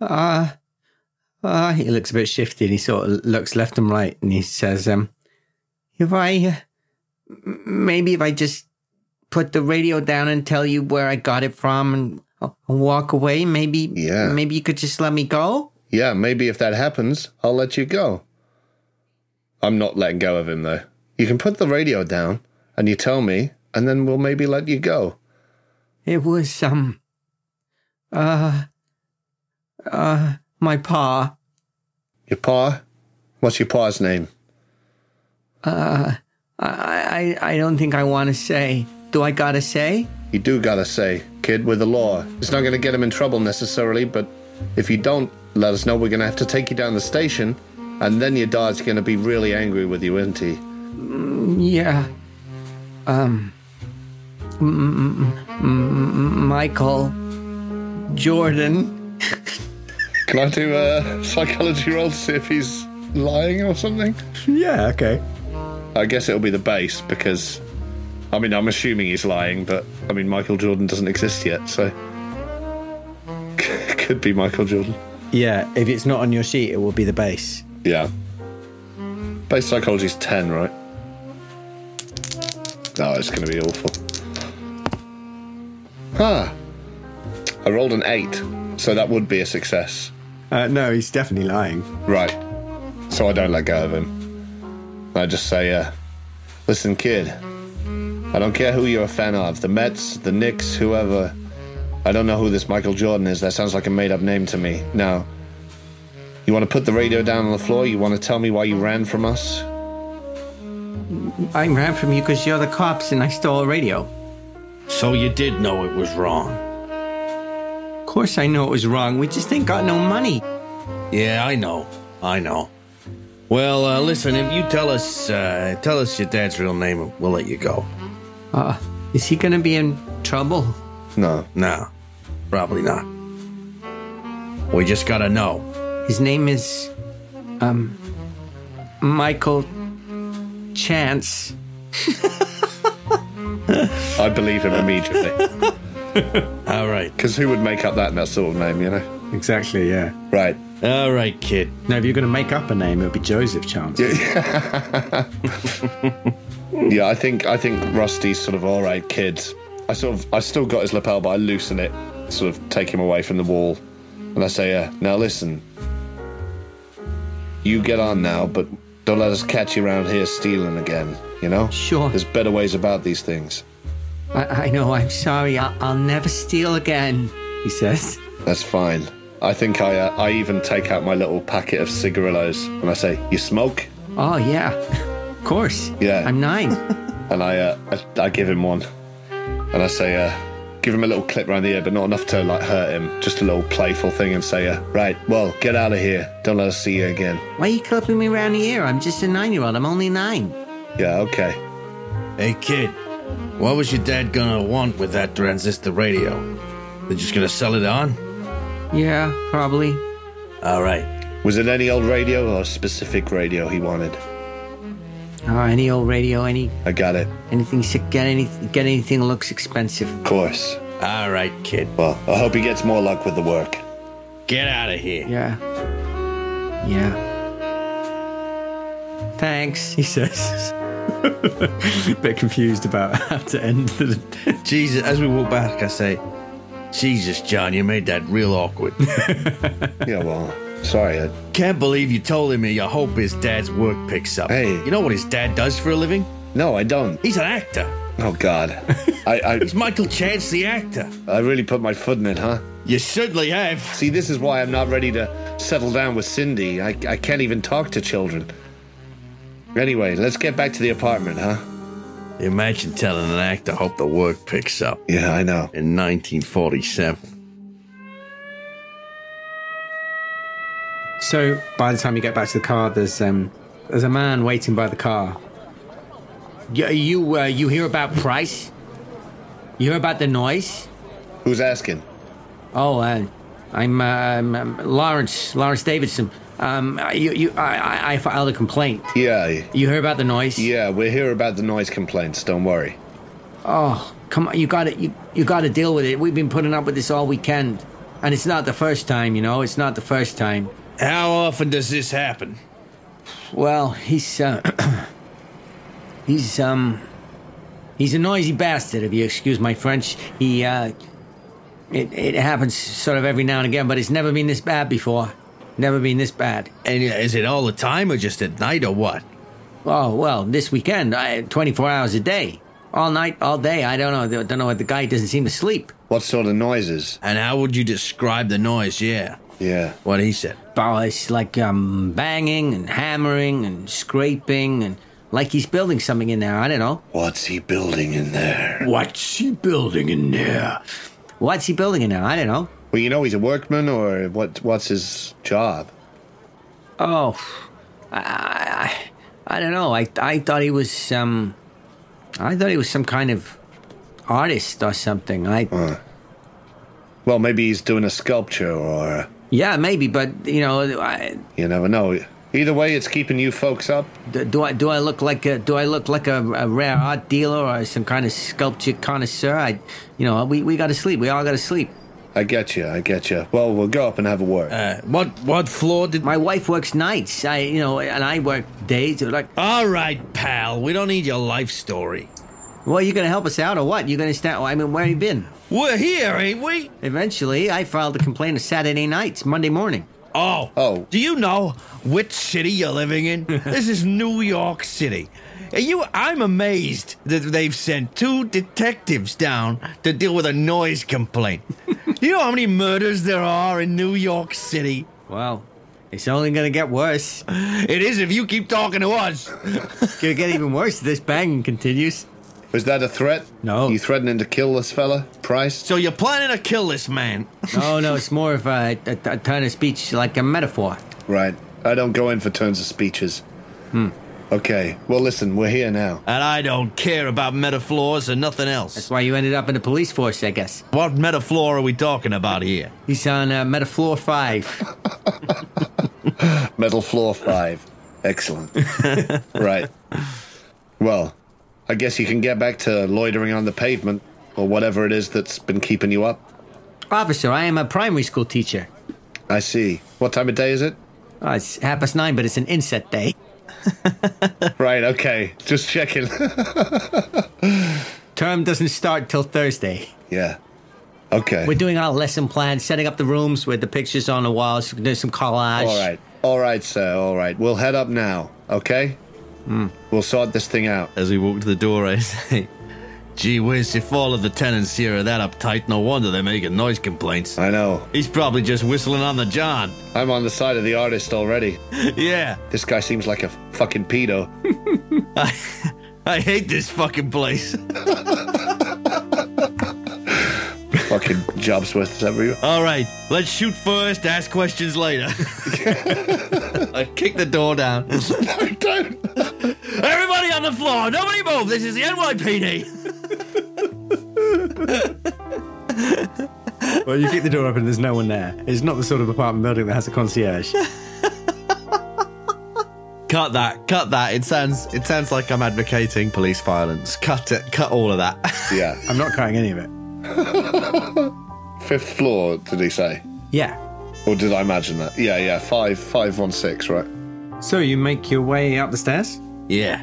Speaker 8: Ah, ah. He looks a bit shifty, and he sort of looks left and right, and he says, "Um,
Speaker 12: If I, uh, m- maybe if I just put the radio down and tell you where I got it from and uh, walk away, maybe,
Speaker 7: Yeah.
Speaker 12: maybe you could just let me go.
Speaker 7: Yeah, maybe if that happens, I'll let you go. I'm not letting go of him, though. You can put the radio down and you tell me, and then we'll maybe let you go.
Speaker 12: It was, um, uh, uh, my pa,
Speaker 7: Your pa? What's your pa's name?
Speaker 12: uh, I, I, I don't think I want to say. Do I gotta say?
Speaker 7: You do gotta say, kid, with the law. It's not gonna get him in trouble necessarily, but if you don't let us know, we're gonna have to take you down the station, and then your dad's gonna be really angry with you, isn't he?
Speaker 12: Yeah. Um. M- M- M- Michael Jordan.
Speaker 7: Can I do a psychology roll to see if he's lying or something?
Speaker 8: Yeah, okay.
Speaker 7: I guess it'll be the base because, I mean, I'm assuming he's lying, but I mean, Michael Jordan doesn't exist yet, so could be Michael Jordan.
Speaker 8: "Yeah, if it's not on your sheet, it will be the base."
Speaker 7: Yeah. Base psychology is 10, right? No, it's going to be awful. Huh. I rolled an 8, so that would be a success.
Speaker 8: Uh, no, he's definitely lying.
Speaker 7: Right. So I don't let go of him. I just say, uh, listen, kid, I don't care who you're a fan of the Mets, the Knicks, whoever. I don't know who this Michael Jordan is. That sounds like a made up name to me. Now, you want to put the radio down on the floor? You want to tell me why you ran from us?
Speaker 12: I ran from you because you're the cops and I stole a radio.
Speaker 10: So you did know it was wrong.
Speaker 12: Of course I know it was wrong. We just ain't got no money.
Speaker 10: Yeah, I know. I know. Well, uh, listen, if you tell us uh, tell us your dad's real name, we'll let you go.
Speaker 12: Uh, is he gonna be in trouble?
Speaker 7: No.
Speaker 10: No. Probably not. We just gotta know.
Speaker 12: His name is, um, Michael Chance.
Speaker 7: I believe him immediately.
Speaker 10: All right.
Speaker 7: Because who would make up that, that sort of name, you know?
Speaker 8: Exactly. Yeah.
Speaker 7: Right.
Speaker 10: All right, kid.
Speaker 8: Now, if you're going to make up a name, it would be Joseph Chance.
Speaker 7: Yeah, I think I think Rusty's sort of all right, kid. I sort of I still got his lapel, but I loosen it, sort of take him away from the wall, and I say, uh, "Now listen, you get on now, but don't let us catch you around here stealing again. You know?
Speaker 12: Sure.
Speaker 7: There's better ways about these things."
Speaker 12: I, I know, I'm sorry. I, I'll never steal again, he says.
Speaker 7: That's fine. I think I uh, I even take out my little packet of cigarillos and I say, "You smoke?"
Speaker 12: Oh, yeah. Of course.
Speaker 7: Yeah.
Speaker 12: I'm nine.
Speaker 7: and I, uh, I I give him one, and I say, uh, give him a little clip round the ear, but not enough to like hurt him. Just a little playful thing, and say, uh, right, well, get out of here. Don't let us see you again.
Speaker 12: Why are you clipping me around the ear? I'm just a nine year old. I'm only nine.
Speaker 7: Yeah, okay.
Speaker 10: Hey, kid, what was your dad gonna want with that transistor radio? They're just gonna sell it on?
Speaker 12: Yeah, probably.
Speaker 10: All right.
Speaker 7: Was it any old radio or a specific radio he wanted?
Speaker 11: Oh, any old radio, any
Speaker 7: I got it.
Speaker 11: anything sick, get any get anything that looks expensive.
Speaker 7: Of course.
Speaker 10: All right, kid.
Speaker 7: Well, I hope he gets more luck with the work.
Speaker 10: Get out of here.
Speaker 11: Yeah. Yeah. Thanks,
Speaker 8: he says. Bit confused about how to end the.
Speaker 10: Jesus, as we walk back, I say, Jesus, John, you made that real awkward.
Speaker 7: yeah, well, sorry. I...
Speaker 10: Can't believe you told him you hope his dad's work picks up.
Speaker 7: Hey.
Speaker 10: You know what his dad does for a living?
Speaker 7: No, I don't.
Speaker 10: He's an actor.
Speaker 7: Oh, God. I, I,
Speaker 10: He's Michael Chance, the actor.
Speaker 7: I really put my foot in it, huh?
Speaker 10: You certainly have.
Speaker 7: See, this is why I'm not ready to settle down with Cindy. I, I can't even talk to children. Anyway, let's get back to the apartment, huh?
Speaker 10: Imagine telling an actor hope the work picks up.
Speaker 7: Yeah, I know.
Speaker 10: In 1947.
Speaker 8: So by the time you get back to the car, there's um, there's a man waiting by the car.
Speaker 11: You you, uh, you hear about price? You hear about the noise?
Speaker 7: Who's asking?
Speaker 11: Oh, uh, I'm, uh, I'm um, Lawrence Lawrence Davidson. Um, you, you I, I, I filed a complaint.
Speaker 7: Yeah,
Speaker 11: You hear about the noise?
Speaker 7: yeah, we're here about the noise complaints. Don't worry.
Speaker 11: Oh, come on! You got to you, you got to deal with it. We've been putting up with this all weekend, and it's not the first time. You know, it's not the first time.
Speaker 10: How often does this happen?
Speaker 11: Well, he's uh, he's um he's a noisy bastard. If you excuse my French, he uh, it it happens sort of every now and again, but it's never been this bad before. Never been this bad.
Speaker 10: And uh, is it all the time or just at night or what?
Speaker 11: Oh well, this weekend, I, 24 hours a day, all night, all day. I don't know. I don't know. The guy doesn't seem to sleep.
Speaker 7: What sort of noises?
Speaker 10: And how would you describe the noise? Yeah.
Speaker 7: Yeah.
Speaker 10: What he said.
Speaker 11: Oh, it's like um, banging and hammering and scraping and like he's building something in there. I don't know.
Speaker 7: What's he building in there?
Speaker 10: What's he building in there?
Speaker 11: What's he building in there? I don't know.
Speaker 7: Well, you know he's a workman, or what? What's his job?
Speaker 11: Oh, I, I, I don't know. I, I thought he was um, I thought he was some kind of artist or something. I
Speaker 10: Uh.
Speaker 7: Well, maybe he's doing a sculpture, or
Speaker 11: yeah, maybe, but you know, I,
Speaker 7: you never know. Either way, it's keeping you folks up.
Speaker 11: do, do I do I look like a, do I look like a, a rare art dealer or some kind of sculpture connoisseur? I, you know, we we got to sleep. We all got to sleep.
Speaker 7: I get you. I get you. Well, we'll go up and have a word.
Speaker 10: Uh, what what floor did?
Speaker 11: My wife works nights. I, you know, and I work days. We're Like,
Speaker 10: All right, pal. We don't need your life story.
Speaker 11: well, you gonna help us out or what? You gonna stand? I mean, where you been?
Speaker 10: We're here, ain't we?
Speaker 11: Eventually, I filed a complaint of Saturday nights, Monday morning.
Speaker 10: Oh.
Speaker 7: Oh.
Speaker 10: Do you know which city you're living in? this is New York City. And you I'm amazed that they've sent two detectives down to deal with a noise complaint. you know how many murders there are in New York City?
Speaker 11: Well, it's only gonna get worse.
Speaker 10: It is if you keep talking to us.
Speaker 11: It's gonna get even worse. if This banging continues.
Speaker 7: Was that a threat?
Speaker 11: No.
Speaker 7: You threatening to kill this fella, Price?
Speaker 10: So you're planning to kill this man.
Speaker 11: No, no, it's more of a, a, a turn of speech, like a metaphor.
Speaker 7: Right. I don't go in for turns of speeches. Hmm. Okay. Well, listen, we're here now.
Speaker 10: And I don't care about metafloors or nothing
Speaker 11: That's
Speaker 10: else.
Speaker 11: why you ended up in the police force, I guess.
Speaker 10: What metafloor are we talking about here?
Speaker 11: He's on uh, Metafloor Five.
Speaker 7: Metal floor five. Excellent. right. Well, I guess you can get back to loitering on the pavement or whatever it is that's been keeping you up.
Speaker 11: Officer, I am a primary school teacher.
Speaker 7: I see. What time of day is it?
Speaker 11: Oh, it's half past nine, but it's an inset day.
Speaker 7: Right, okay. Just checking.
Speaker 11: Term doesn't start till Thursday.
Speaker 7: yeah. Okay.
Speaker 11: We're doing our lesson plan, setting up the rooms with the pictures on the walls, there's some collage.
Speaker 7: All right. All right, sir. All right. We'll head up now, okay? We'll sort this thing out.
Speaker 10: As we walk to the door, I say, Gee whiz, if all of the tenants here are that uptight, no wonder they're making noise complaints.
Speaker 7: I know.
Speaker 10: He's probably just whistling on the John.
Speaker 7: I'm on the side of the artist already.
Speaker 10: yeah,
Speaker 7: This guy seems like a fucking pedo.
Speaker 10: I hate this fucking place.
Speaker 7: fucking Jobsworth is everywhere.
Speaker 10: All right, let's shoot first, ask questions later. I kick the door down. Everybody on the floor, nobody move. This is the NYPD.
Speaker 8: Well, you kick the door open, there's no one there. It's not the sort of apartment building that has a concierge.
Speaker 6: Cut that. Cut that. It sounds it sounds like I'm advocating police violence. Cut it. Cut all of that.
Speaker 7: Yeah.
Speaker 8: I'm not cutting any of it.
Speaker 7: Fifth floor, did he say?
Speaker 8: Yeah.
Speaker 7: Or did I imagine that? Yeah, yeah. Five, five, one, six. Right.
Speaker 8: So you make your way up the stairs.
Speaker 6: Yeah.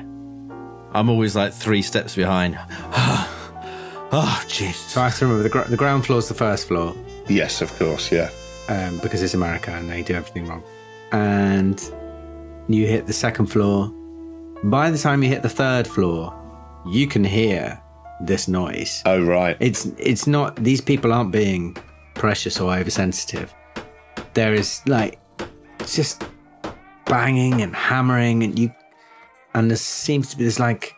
Speaker 6: I'm always like three steps behind. oh, jeez.
Speaker 8: So I have to remember the, gr- the ground floor's the first floor.
Speaker 7: Yes, of course. Yeah.
Speaker 8: um, because it's America and they do everything wrong. And you hit the second floor. By the time you hit the third floor, you can hear this noise.
Speaker 7: Oh right.
Speaker 8: It's it's not these people aren't being precious or oversensitive. There is like it's just banging and hammering and you and there seems to be there's like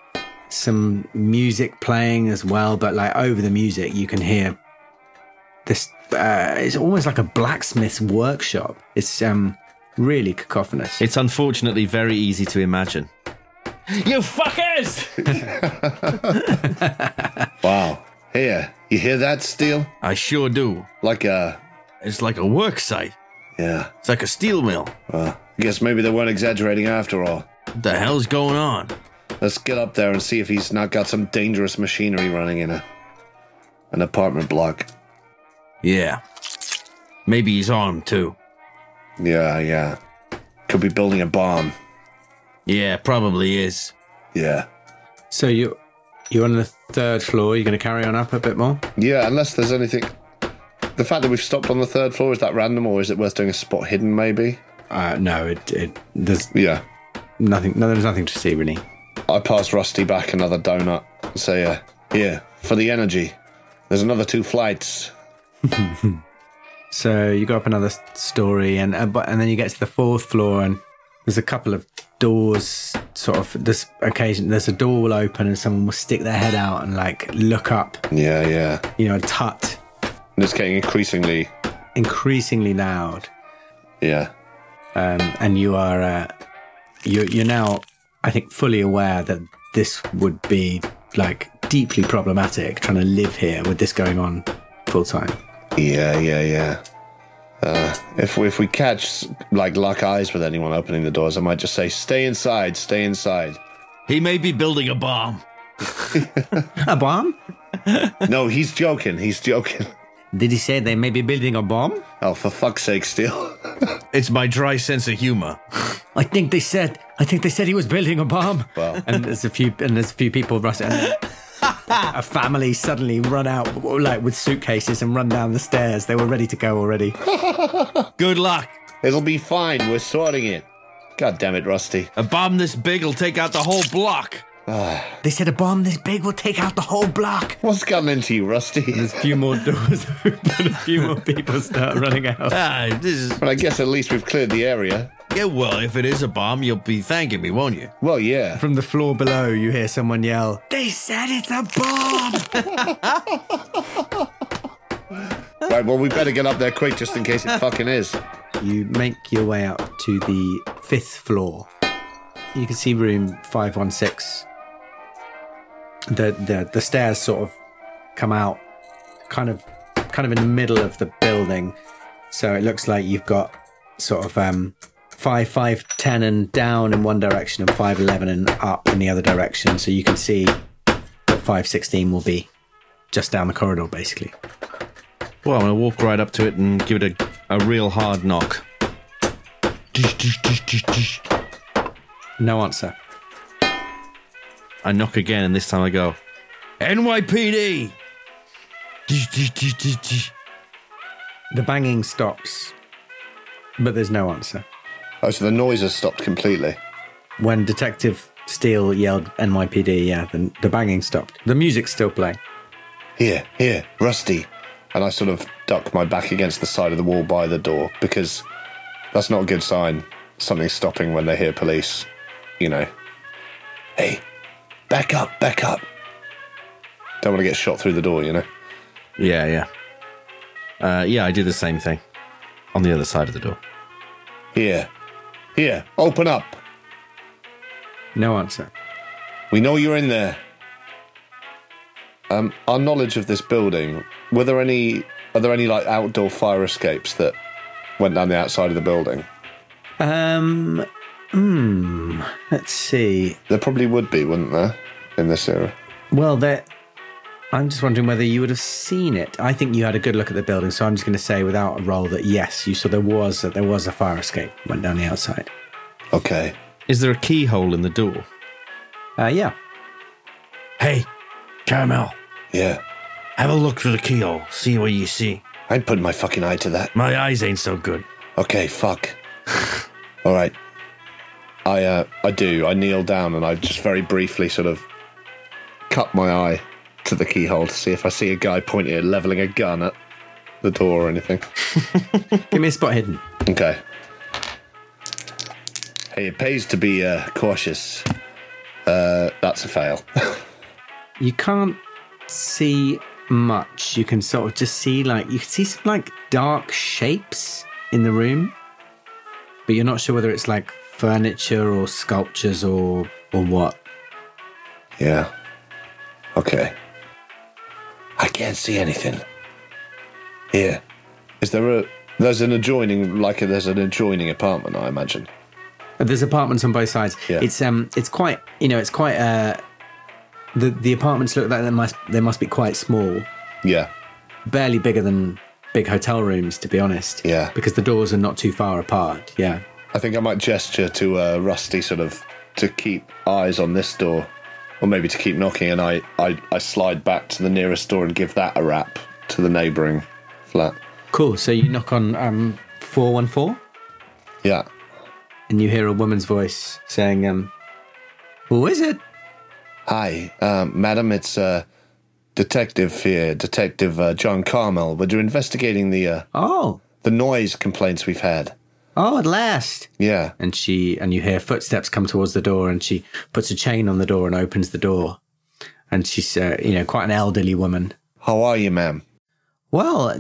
Speaker 8: some music playing as well, but like over the music you can hear this uh, it's almost like a blacksmith's workshop it's um really cacophonous
Speaker 6: It's unfortunately very easy to imagine.
Speaker 10: You fuckers!
Speaker 7: Wow. Here, you hear that, Steel?
Speaker 6: I sure do.
Speaker 7: Like a.
Speaker 6: It's like a work site.
Speaker 7: Yeah.
Speaker 6: It's like a steel mill.
Speaker 7: Well, I guess maybe they weren't exaggerating after all.
Speaker 6: What the hell's going on?
Speaker 7: Let's get up there and see if he's not got some dangerous machinery running in a an apartment block.
Speaker 6: Yeah. Maybe he's armed too.
Speaker 7: Yeah, yeah. Could be building a bomb.
Speaker 6: Yeah, probably is.
Speaker 7: Yeah.
Speaker 8: so you you're on the third floor you're going to carry on up a bit more
Speaker 7: Yeah, unless there's anything. The fact that we've stopped on the third floor is that random, or is it worth doing a spot hidden? Maybe.
Speaker 8: uh no it, it there's
Speaker 7: Yeah.
Speaker 8: nothing no there's nothing to see really
Speaker 7: I pass Rusty back another donut and say, uh, "Here for the energy." There's another two flights.
Speaker 8: so you go up another s- story and uh, but and then you get to the fourth floor and there's a couple of doors sort of this occasion there's a door will open and someone will stick their head out and like look up
Speaker 7: Yeah, yeah.
Speaker 8: you know tut
Speaker 7: And it's getting increasingly.
Speaker 8: increasingly loud
Speaker 7: Yeah.
Speaker 8: um, and you are uh, you're, you're now i think fully aware that this would be like deeply problematic trying to live here with this going on full time
Speaker 7: Yeah, yeah, yeah. Uh, if we, if we catch like lock eyes with anyone opening the doors, I might just say, "Stay inside, stay inside."
Speaker 6: He may be building a bomb.
Speaker 8: a bomb
Speaker 7: no, he's joking. He's joking.
Speaker 12: Did he say they may be building a bomb?
Speaker 7: Oh, for fuck's sake, Steele.
Speaker 6: It's my dry sense of humor.
Speaker 12: I think they said. I think they said he was building a bomb.
Speaker 7: Well,
Speaker 8: and there's a few and there's a few people rush and a family suddenly run out like with suitcases and run down the stairs they were ready to go already
Speaker 6: Good luck.
Speaker 7: it'll be fine. We're sorting it. God damn it, Rusty.
Speaker 6: A bomb this big will take out the whole block.
Speaker 12: They said a bomb this big will take out the whole block.
Speaker 7: What's gotten into you, Rusty?
Speaker 8: there's a few more doors open a few more people start running out
Speaker 6: Ah, this is.
Speaker 7: But I guess at least we've cleared the area.
Speaker 6: Yeah, well, if it is a bomb, you'll be thanking me, won't you?
Speaker 7: Well, yeah.
Speaker 8: from the floor below you hear someone yell
Speaker 12: They said it's a bomb.
Speaker 7: Right, well, we better get up there quick just in case it fucking is.
Speaker 8: you make your way up to the fifth floor you can see room 516 the the, the stairs sort of come out kind of kind of in the middle of the building so it looks like you've got sort of um five five ten and down in one direction and five eleven and up in the other direction so you can see that five sixteen will be just down the corridor basically
Speaker 6: Well, I'm gonna walk right up to it and give it a, a real hard knock. Dish, dish, dish, dish, dish.
Speaker 8: no answer
Speaker 6: I knock again, and this time I go, NYPD! Dish, dish, dish, dish, dish.
Speaker 8: the banging stops but there's no answer
Speaker 7: Oh, so the noise has stopped completely.
Speaker 8: when Detective Steele yelled NYPD, yeah, the, the banging stopped. The music's still playing.
Speaker 7: Here, here, Rusty. And I sort of duck my back against the side of the wall by the door because that's not a good sign. Something's stopping when they hear police, you know. Hey, back up, back up. Don't want to get shot through the door, you know.
Speaker 6: Yeah, yeah. Uh, yeah, I do the same thing on the other side of the door.
Speaker 7: Here, here, open up.
Speaker 8: No answer.
Speaker 7: We know you're in there. Um, our knowledge of this building, were there any are there any like outdoor fire escapes that went down the outside of the building?
Speaker 8: Um, Hmm. Let's see.
Speaker 7: There probably would be, wouldn't there, in this era?
Speaker 8: Well, there. I'm just wondering whether you would have seen it. I think you had a good look at the building, so I'm just going to say without a roll that yes, you saw there was that there was a fire escape went down the outside.
Speaker 7: Okay.
Speaker 6: Is there a keyhole in the door?
Speaker 8: Uh, yeah.
Speaker 10: Hey, Caramel.
Speaker 7: Yeah.
Speaker 10: Have a look through the keyhole. See what you see.
Speaker 7: I'd put my fucking eye to that.
Speaker 10: My eyes ain't so good.
Speaker 7: Okay, fuck. All right. I uh, I do. I kneel down and I just very briefly sort of cut my eye to the keyhole to see if I see a guy pointing at leveling a gun at the door or anything.
Speaker 8: Give me a spot hidden.
Speaker 7: Okay. Hey, it pays to be uh, cautious. Uh, that's a fail.
Speaker 8: you can't see much. You can sort of just see like you can see some like dark shapes in the room, but you're not sure whether it's like furniture or sculptures or or what.
Speaker 7: Yeah. Okay. I can't see anything. Here. Is there a there's an adjoining like a, there's an adjoining apartment, I imagine.
Speaker 8: There's apartments on both sides.
Speaker 7: Yeah.
Speaker 8: It's um it's quite you know, it's quite uh the the apartments look like they must they must be quite small.
Speaker 7: Yeah.
Speaker 8: Barely bigger than big hotel rooms to be honest.
Speaker 7: Yeah.
Speaker 8: Because the doors are not too far apart. Yeah.
Speaker 7: I think I might gesture to uh, Rusty sort of to keep eyes on this door, or maybe to keep knocking, and I, I, I slide back to the nearest door and give that a rap to the neighbouring flat.
Speaker 8: Cool. So you knock on um four one four?
Speaker 7: Yeah.
Speaker 8: And you hear a woman's voice saying, um Who is it?
Speaker 7: Hi, um, madam, it's uh, Detective here, Detective uh, John Carmel. We're investigating the uh,
Speaker 8: Oh.
Speaker 7: the noise complaints we've had.
Speaker 8: Oh, at last.
Speaker 7: Yeah.
Speaker 8: And she and you hear footsteps come towards the door, and she puts a chain on the door and opens the door. And she's, uh, you know, quite an elderly woman.
Speaker 7: How are you, ma'am?
Speaker 8: Well, uh,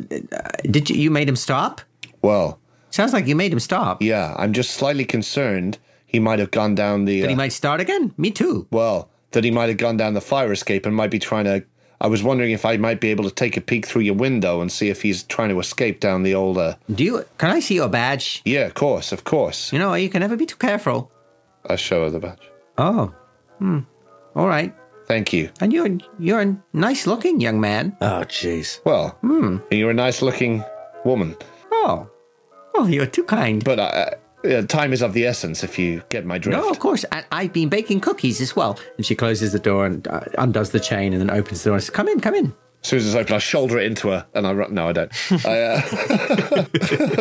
Speaker 8: did you you made him stop?
Speaker 7: Well,
Speaker 8: sounds like you made him stop.
Speaker 7: Yeah, I'm just slightly concerned he might have gone down the.
Speaker 8: That he
Speaker 7: uh,
Speaker 8: might start again. Me too.
Speaker 7: Well, that he might have gone down the fire escape and might be trying to. I was wondering if I might be able to take a peek through your window and see if he's trying to escape down the old. Uh...
Speaker 8: Do you? Can I see your badge?
Speaker 7: Yeah, of course, of course.
Speaker 8: You know, you can never be too careful.
Speaker 7: I show her the badge.
Speaker 8: Oh, hmm. All right.
Speaker 7: Thank you.
Speaker 8: And you're you're a nice looking young man.
Speaker 10: Oh, jeez.
Speaker 7: Well,
Speaker 8: hmm.
Speaker 7: you're a nice looking woman.
Speaker 8: Oh, oh, you're too kind.
Speaker 7: But uh, uh, time is of the essence. If you get my drift.
Speaker 8: No, Oh, of course. I, I've been baking cookies as well. And she closes the door and uh, undoes the chain and then opens the door and says, Come in, come in.
Speaker 7: As soon as it's open, I shoulder it into her, and I run. No, I don't. I, uh,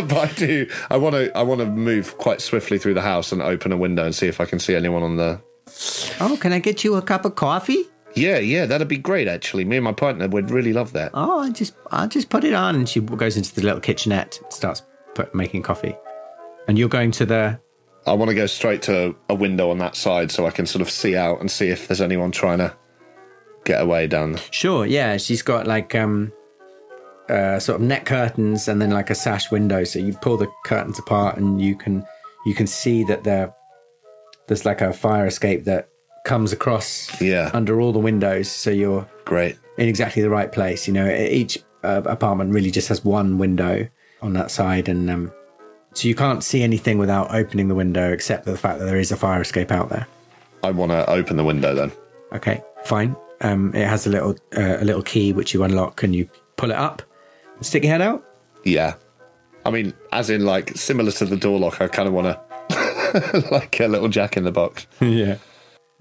Speaker 7: but I do. I want to. I want to move quite swiftly through the house and open a window and see if I can see anyone on the.
Speaker 8: Oh, can I get you a cup of coffee?
Speaker 7: Yeah, yeah, that'd be great. Actually, me and my partner would really love that.
Speaker 8: Oh, I just, I'll just put it on. And she goes into the little kitchenette, and starts put, making coffee. And you're going to the.
Speaker 7: I want to go straight to a window on that side so I can sort of see out and see if there's anyone trying to get away down. there.
Speaker 8: Sure, yeah. She's got like um, uh, sort of net curtains and then like a sash window. So you pull the curtains apart and you can you can see that there there's like a fire escape that comes across
Speaker 7: yeah.
Speaker 8: under all the windows. So you're
Speaker 7: great
Speaker 8: in exactly the right place. You know, each uh, apartment really just has one window on that side, and um, so you can't see anything without opening the window, except for the fact that there is a fire escape out there.
Speaker 7: I want to open the window then.
Speaker 8: Okay, fine. Um, it has a little uh, a little key which you unlock, and you pull it up, and stick your head out.
Speaker 7: Yeah. I mean, as in like similar to the door lock, I kind of want to like a little jack in the box.
Speaker 8: yeah.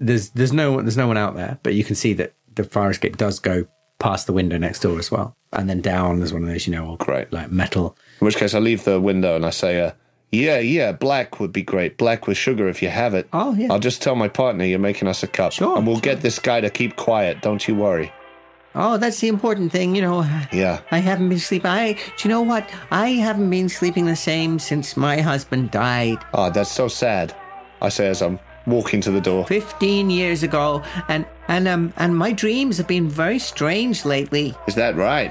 Speaker 8: There's there's no one there's no one out there, but you can see that the fire escape does go past the window next door as well, and then down there's one of those you know old
Speaker 7: Great.
Speaker 8: like metal.
Speaker 7: In which case, I leave the window and I say, uh, "Yeah, yeah, black would be great. Black with sugar if you have it."
Speaker 8: Oh yeah.
Speaker 7: I'll just tell my partner you're making us a cup,
Speaker 8: Sure,
Speaker 7: and we'll get this guy to keep quiet. Don't you worry.
Speaker 12: Oh, that's the important thing, you know.
Speaker 7: Yeah.
Speaker 12: I haven't been sleeping. I, do you know what? I haven't been sleeping the same since my husband died
Speaker 7: Ah, that's so sad. I say as I'm walking to the door.
Speaker 12: 15 years ago, and and um and my dreams have been very strange lately.
Speaker 7: Is that right?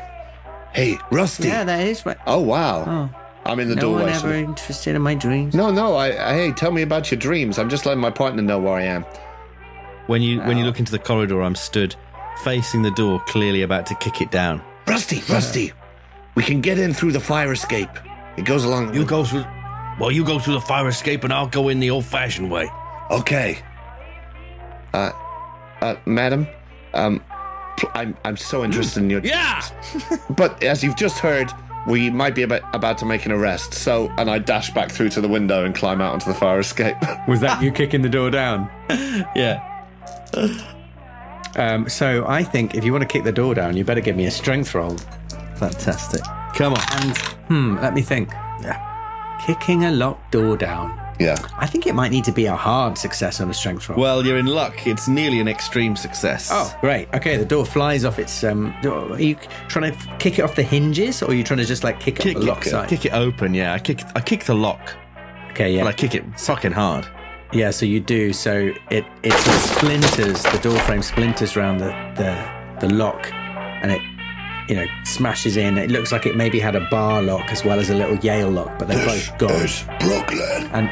Speaker 7: Hey, Rusty.
Speaker 12: Yeah, that is right.
Speaker 7: Oh wow.
Speaker 12: Oh.
Speaker 7: I'm in the
Speaker 12: no
Speaker 7: doorway.
Speaker 12: one ever
Speaker 7: so-
Speaker 12: interested in my dreams.
Speaker 7: No, no. I, I hey, tell me about your dreams. I'm just letting my partner know where I am.
Speaker 6: When you when you look into the corridor, I'm stood facing the door, clearly about to kick it down.
Speaker 7: Rusty, Rusty, we can get in through the fire escape. It goes along.
Speaker 10: You go through. Well, you go through the fire escape and I'll go in the old fashioned way. Okay.
Speaker 7: Uh, uh, madam, um, pl- I'm I'm so interested in your.
Speaker 10: Yeah.
Speaker 7: but as you've just heard, we might be about, about to make an arrest. So, and I dash back through to the window and climb out onto the fire escape.
Speaker 8: Was that you kicking the door down?
Speaker 6: yeah.
Speaker 8: Um, so I think if you want to kick the door down, you better give me a strength roll.
Speaker 6: Fantastic.
Speaker 8: Come on. And, hmm, let me think. Yeah. Kicking a locked door down.
Speaker 7: Yeah.
Speaker 8: I think it might need to be a hard success on a strength roll.
Speaker 6: Well, you're in luck. It's nearly an extreme success.
Speaker 8: Oh, great. Okay, the door flies off its. Um, door. are you trying to f- kick it off the hinges, or are you trying to just like kick,
Speaker 6: Kick
Speaker 8: it up the lock
Speaker 6: it,
Speaker 8: side?
Speaker 6: kick it open. Yeah, I kick. I kick the lock.
Speaker 8: Okay, yeah.
Speaker 6: But I kick it fucking hard.
Speaker 8: Yeah, so you do. So it it sort of splinters the door frame, splinters round the, the the lock, and it you know smashes in. It looks like it maybe had a bar lock as well as a little Yale lock, but they're both gone.
Speaker 10: Brooklyn.
Speaker 8: And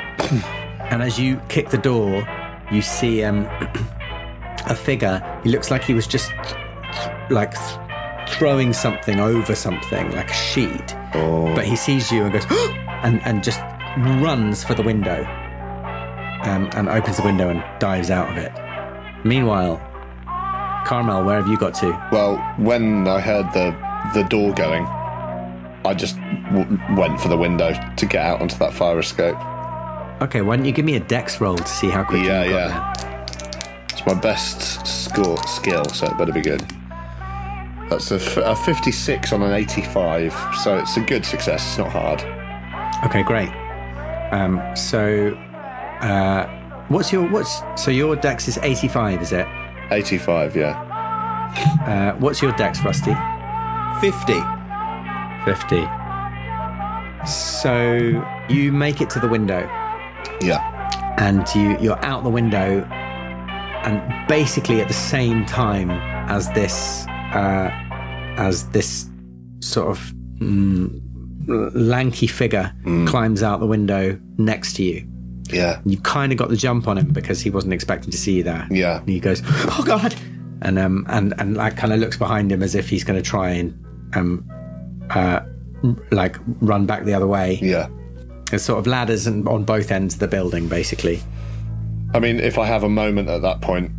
Speaker 8: and as you kick the door, you see um, a figure. He looks like he was just th- th- like th- throwing something over something, like a sheet.
Speaker 7: Oh.
Speaker 8: But he sees you and goes and and just runs for the window um, and opens the window and dives out of it. Meanwhile, Carmel, where have you got to?
Speaker 7: Well, when I heard the the door going, I just w- went for the window to get out onto that fire escape.
Speaker 8: Okay, why don't you give me a dex roll to see how quickly
Speaker 7: Yeah,
Speaker 8: you got
Speaker 7: yeah. It's my best score skill, so it better be good. That's a, f- a 56 on an 85, so it's a good success. It's not hard.
Speaker 8: there. Okay, great. Um, so, uh, what's your what's so your dex is eighty five, is it?
Speaker 7: 85, yeah.
Speaker 8: Uh, what's your dex, Rusty?
Speaker 6: Fifty.
Speaker 8: 50. So you make it to the window
Speaker 7: Yeah.
Speaker 8: and you, you're out the window, and basically at the same time as this, uh, as this sort of mm, lanky figure climbs out the window next to you.
Speaker 7: Yeah.
Speaker 8: You kind of got the jump on him because he wasn't expecting to see you there.
Speaker 7: Yeah.
Speaker 8: And he goes, "Oh God!" and um and and like kind of looks behind him as if he's going to try and um uh like run back the other way.
Speaker 7: Yeah.
Speaker 8: There's sort of ladders and on both ends of the building, basically.
Speaker 7: I mean, if I have a moment at that point,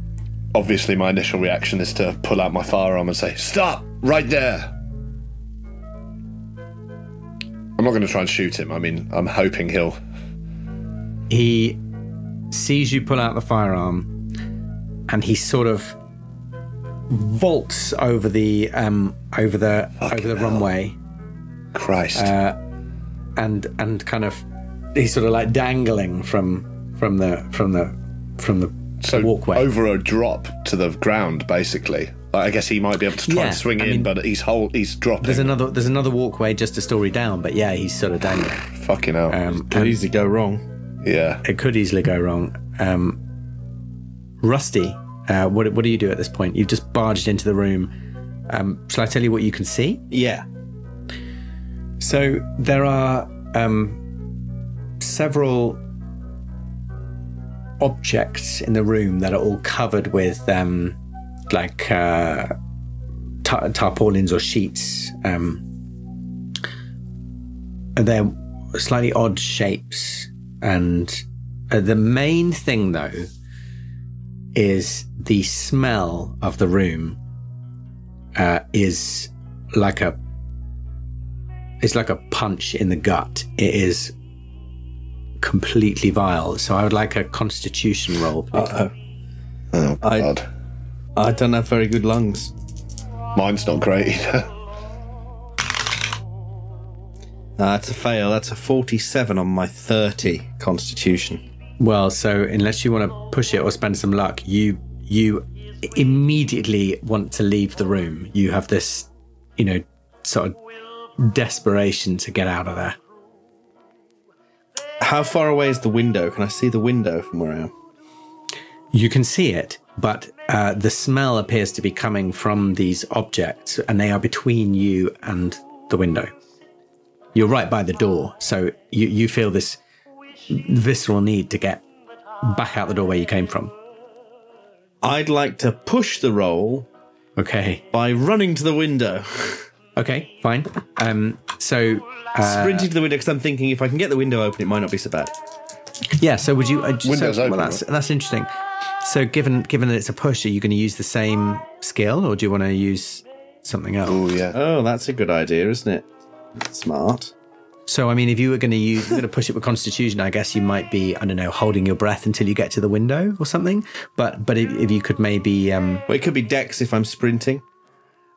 Speaker 7: obviously my initial reaction is to pull out my firearm and say, Stop! Right there! I'm not going to try and shoot him. I mean, I'm hoping he'll.
Speaker 8: He sees you pull out the firearm, and he sort of vaults over the um over the over the runway.
Speaker 7: Christ.
Speaker 8: and and kind of he's sort of like dangling from from the from the from the
Speaker 7: so
Speaker 8: walkway.
Speaker 7: over a drop to the ground, basically. Like, I guess he might be able to try
Speaker 8: Yeah,
Speaker 7: and swing
Speaker 8: I
Speaker 7: in,
Speaker 8: mean-
Speaker 7: but he's whole, he's dropping.
Speaker 8: there's another there's another walkway just a story down, but yeah, he's sort of dangling.
Speaker 7: Fucking hell.
Speaker 8: Um,
Speaker 6: Could
Speaker 8: and
Speaker 6: easily go wrong.
Speaker 7: yeah.
Speaker 8: it could easily go wrong. Um, Rusty, uh, what what do you do at this point? You've just barged into the room. Um, shall I tell you what you can see?
Speaker 6: Yeah.
Speaker 8: So there are um, several objects in the room that are all covered with um, like uh, ta- tarpaulins or sheets. Um, and they're slightly odd shapes. And uh, the main thing, though, is the smell of the room uh, is like a it's like a punch in the gut. It is completely vile. So I would like a constitution roll. please.
Speaker 7: Oh,
Speaker 6: I-
Speaker 7: God.
Speaker 6: I don't have very good lungs.
Speaker 7: Mine's not great either.
Speaker 6: Uh, that's a fail. That's a 47 on my 30 constitution.
Speaker 8: Well, so unless you want to push it or spend some luck, you you immediately want to leave the room. You have this, you know, sort of desperation to get out of there.
Speaker 6: How far away is the window? Can I see the window from where I am?
Speaker 8: You can see it, but uh, the smell appears to be coming from these objects, and they are between you and the window. You're right by the door, so you, you feel this visceral need to get back out the door where you came from.
Speaker 6: I'd like to push the roll
Speaker 8: Okay.
Speaker 6: by running to the window.
Speaker 8: Okay, fine. Um, so uh,
Speaker 6: Sprinting to the window because I'm thinking if I can get the window open, it might not be so bad.
Speaker 8: Yeah. So would you? Uh, j-
Speaker 6: Windows
Speaker 8: so,
Speaker 6: open,
Speaker 8: Well, that's
Speaker 6: right?
Speaker 8: that's interesting. So given given that it's a push, are you going to use the same skill, or do you want to use something else? Oh
Speaker 7: yeah.
Speaker 8: Oh, that's a good idea, isn't it? Smart. So I mean, if you were going to use going to push it with Constitution, I guess you might be I don't know holding your breath until you get to the window or something. But but if, if you could maybe um,
Speaker 6: Well, it could be Dex if I'm sprinting.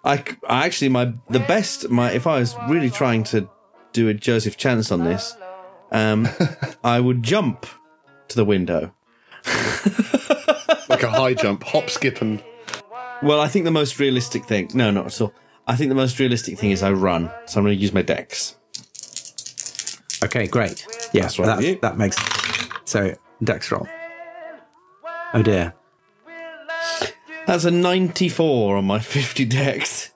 Speaker 6: I, c- I actually my the best my if I was really trying to do a Joseph Chance on this, um, I would jump to the window.
Speaker 7: like a high jump, hop, skip, and.
Speaker 6: Well, I think the most realistic thing. No, not at all. I think the most realistic thing is I run. So I'm going to use my Dex.
Speaker 8: Okay, great. Yeah, that's right. That, that makes so dex roll. Oh dear.
Speaker 6: That's a 94 on my 50 dex.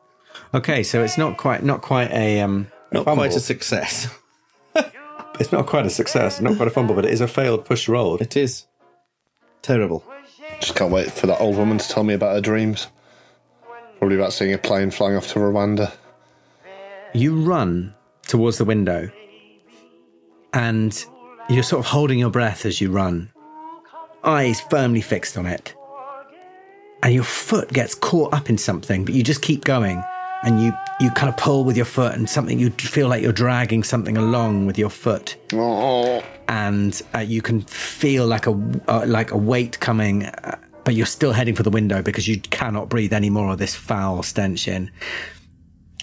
Speaker 8: Okay, so it's not quite not quite a um
Speaker 6: Not
Speaker 8: fumble.
Speaker 6: quite a success.
Speaker 8: It's not quite a success, not quite a fumble, but it is a failed push roll.
Speaker 6: It is. Terrible.
Speaker 7: Just can't wait for that old woman to tell me about her dreams. Probably about seeing a plane flying off to Rwanda.
Speaker 8: You run towards the window and you're sort of holding your breath as you run, eyes firmly fixed on it. And your foot gets caught up in something, but you just keep going and you, you kind of pull with your foot and something you feel like you're dragging something along with your foot. And uh, you can feel like a uh, like a weight coming, uh, but you're still heading for the window because you cannot breathe any more of this foul stench in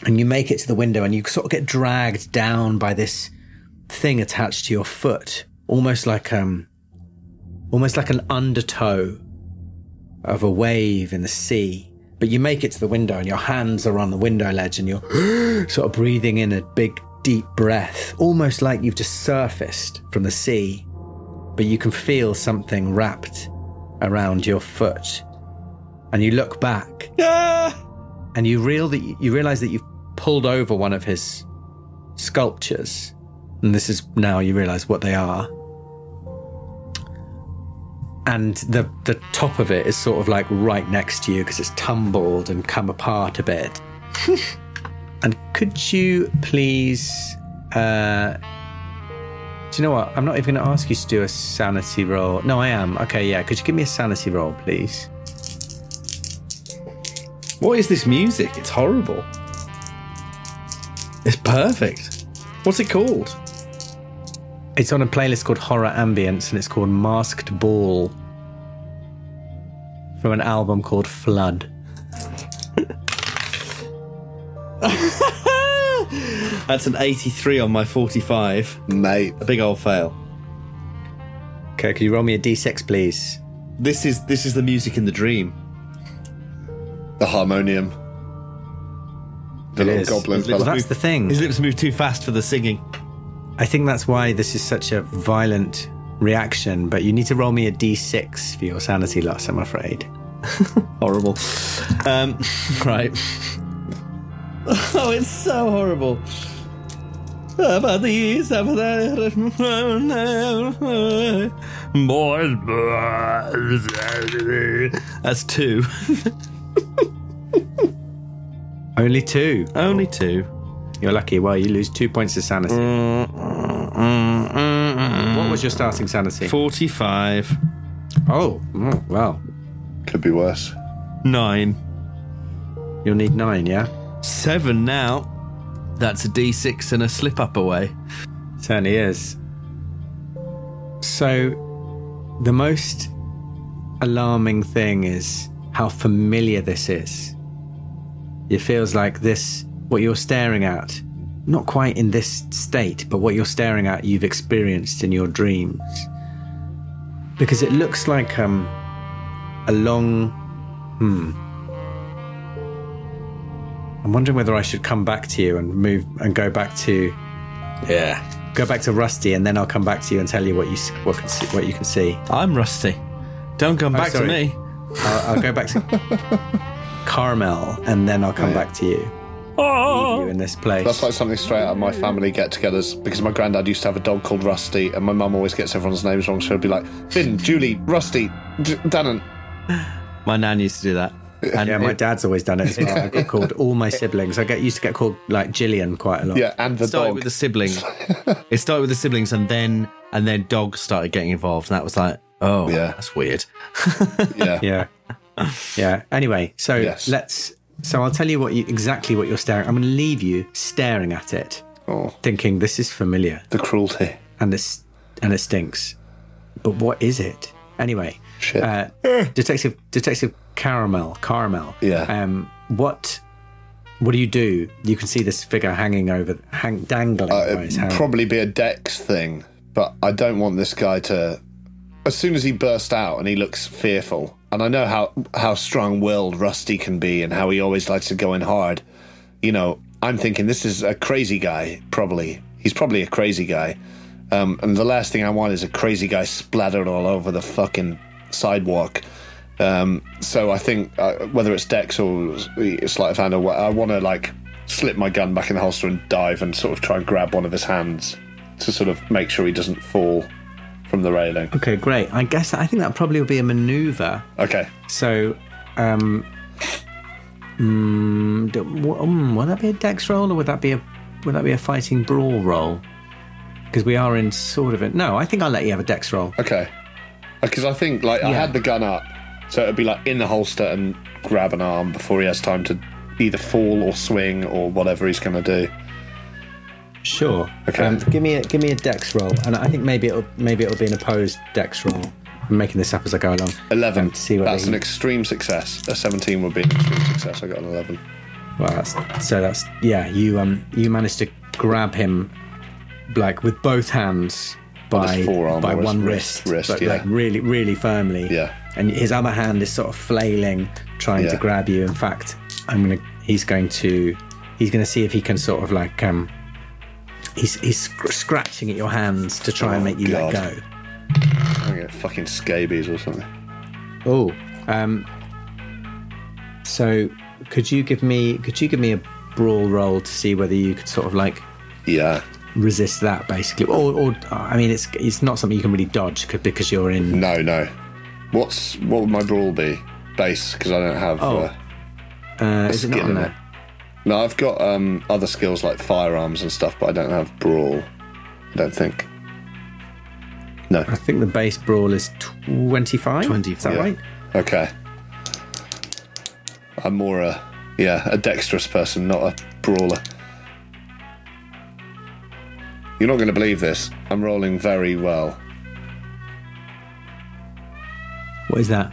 Speaker 8: and you make it to the window and you sort of get dragged down by this thing attached to your foot almost like um almost like an undertow of a wave in the sea but you make it to the window and your hands are on the window ledge and you're sort of breathing in a big deep breath almost like you've just surfaced from the sea but you can feel something wrapped around your foot and you look back and you real that you realize that you've pulled over one of his sculptures and this is now you realize what they are and the the top of it is sort of like right next to you because it's tumbled and come apart a bit and could you please uh do you know what? I'm not even going to ask you to do a sanity roll. No, I am. Okay, yeah. Could you give me a sanity roll, please?
Speaker 6: What is this music? It's horrible. It's perfect. What's it called?
Speaker 8: It's on a playlist called Horror Ambience and it's called Masked Ball from an album called Flood.
Speaker 6: That's an 83 on my 45.
Speaker 7: Mate.
Speaker 6: A big old fail.
Speaker 8: Okay, can you roll me a d6, please?
Speaker 6: This is this is the music in the dream.
Speaker 7: The harmonium. The little goblin
Speaker 6: His lips
Speaker 7: fella.
Speaker 6: move-
Speaker 8: That's the thing.
Speaker 6: His lips move too fast for the singing.
Speaker 8: I think that's why this is such a violent reaction, but you need to roll me a d6 for your sanity loss, I'm afraid.
Speaker 6: Horrible. Um, right. oh, it's so horrible. About the years after that. More. That's two.
Speaker 8: Only two.
Speaker 6: Only two.
Speaker 8: You're lucky. Well, you lose two points of sanity. What was your starting sanity?
Speaker 6: 45.
Speaker 8: Oh, mm, wow.
Speaker 7: Could be worse.
Speaker 6: Nine.
Speaker 8: You'll need nine, yeah?
Speaker 6: Seven now. That's a d6 and a slip up away.
Speaker 8: Certainly is. So, the most alarming thing is how familiar this is. It feels like this, what you're staring at, not quite in this state, but what you're staring at, you've experienced in your dreams. Because it looks like um, a long. Hmm. I'm wondering whether I should come back to you and move and go back to
Speaker 6: Yeah.
Speaker 8: go back to Rusty, and then I'll come back to you and tell you what you s- what, can see, what you can see.
Speaker 6: I'm Rusty. Don't come
Speaker 8: Oh,
Speaker 6: back
Speaker 8: sorry.
Speaker 6: to me.
Speaker 8: I'll, I'll go back to Carmel, and then I'll come back to you. You in this place.
Speaker 7: That's like something straight out of my family get togethers because my granddad used to have a dog called Rusty and my mum always gets everyone's names wrong. So it'd be like Finn, Julie, Rusty, D- Dannon.
Speaker 6: My nan used to do that.
Speaker 8: And yeah, my dad's always done it as well. I got called all my siblings. I get used to get called like Gillian quite a lot.
Speaker 7: Yeah, and the
Speaker 6: started
Speaker 7: dog.
Speaker 6: with the siblings. it started with the siblings, and then and then dogs started getting involved, and that was like, oh, yeah, that's weird.
Speaker 7: yeah,
Speaker 8: yeah, yeah. Anyway, so
Speaker 7: Yes.
Speaker 8: let's. So I'll tell you what you exactly what you're staring. I'm going to leave you staring at it,
Speaker 7: Oh.
Speaker 8: thinking this is familiar.
Speaker 7: The cruelty
Speaker 8: and this and it stinks. But what is it anyway? Uh, Detective Detective Caramel Caramel.
Speaker 7: Yeah.
Speaker 8: Um, what what do you do? You can see this figure hanging over, hang, dangling. by his hand.
Speaker 7: probably be a Dex thing, but I don't want this guy to. As soon as he bursts out and he looks fearful, and I know how how strong-willed Rusty can be, and how he always likes to go in hard. You know, I'm thinking this is a crazy guy. Probably he's probably a crazy guy, um, and the last thing I want is a crazy guy splattered all over the fucking sidewalk. Um, so I think uh, whether it's Dex or sleight of hand or what, I want to like slip my gun back in the holster and dive and sort of try and grab one of his hands to sort of make sure he doesn't fall from the railing.
Speaker 8: Okay, great. I guess I think that probably will be a maneuver.
Speaker 7: Okay.
Speaker 8: So, um, mm, do- wh- mm, would that be a dex roll or would that be a would that be a fighting brawl roll? Because we are in sort of a no. I think I'll let you have a dex roll.
Speaker 7: Okay. Because I think like I
Speaker 8: Yeah.
Speaker 7: had the gun up, so it'd be like in the holster and grab an arm before he has time to either fall or swing or whatever he's going to do.
Speaker 8: Sure. Okay. Um, give me a give me a dex roll, and I think maybe it'll maybe it'll be an opposed dex roll. I'm making this up as I go along. Um,
Speaker 7: Eleven.
Speaker 8: see what
Speaker 7: That's
Speaker 8: they-
Speaker 7: an extreme success. A seventeen would be an extreme success. I got an eleven.
Speaker 8: Well, that's, so that's yeah. You um you managed to grab him like with both hands by
Speaker 7: his forearm
Speaker 8: by
Speaker 7: or his
Speaker 8: one
Speaker 7: wrist-
Speaker 8: wrist,
Speaker 7: wrist,
Speaker 8: but
Speaker 7: yeah.
Speaker 8: like really really firmly.
Speaker 7: Yeah.
Speaker 8: And his other hand is sort of flailing, trying to
Speaker 7: Yeah.
Speaker 8: grab you. In fact, I'm gonna he's going to he's gonna see if he can sort of like um he's he's sc- scratching at your hands to try and make you let
Speaker 7: Oh, God.
Speaker 8: go.
Speaker 7: I'm gonna get fucking scabies or something.
Speaker 8: Oh, um, so could you give me could you give me a brawl roll to see whether you could sort of like
Speaker 7: yeah
Speaker 8: resist that basically, or, or I mean it's it's not something you can really dodge c- because you're in
Speaker 7: no no. What's what would my brawl be? Base because I don't have.
Speaker 8: Oh.
Speaker 7: Uh,
Speaker 8: Uh,
Speaker 7: a
Speaker 8: is it not
Speaker 7: skill
Speaker 8: on
Speaker 7: in
Speaker 8: there?
Speaker 7: it. No, I've got um, other skills like firearms and stuff, but I don't have brawl. I don't think. No. I
Speaker 8: think the base brawl is twenty five. Twenty five. Is that right?
Speaker 7: Okay. I'm more a yeah a dexterous person, not a brawler. You're not going to believe this. I'm rolling very well.
Speaker 8: What is that?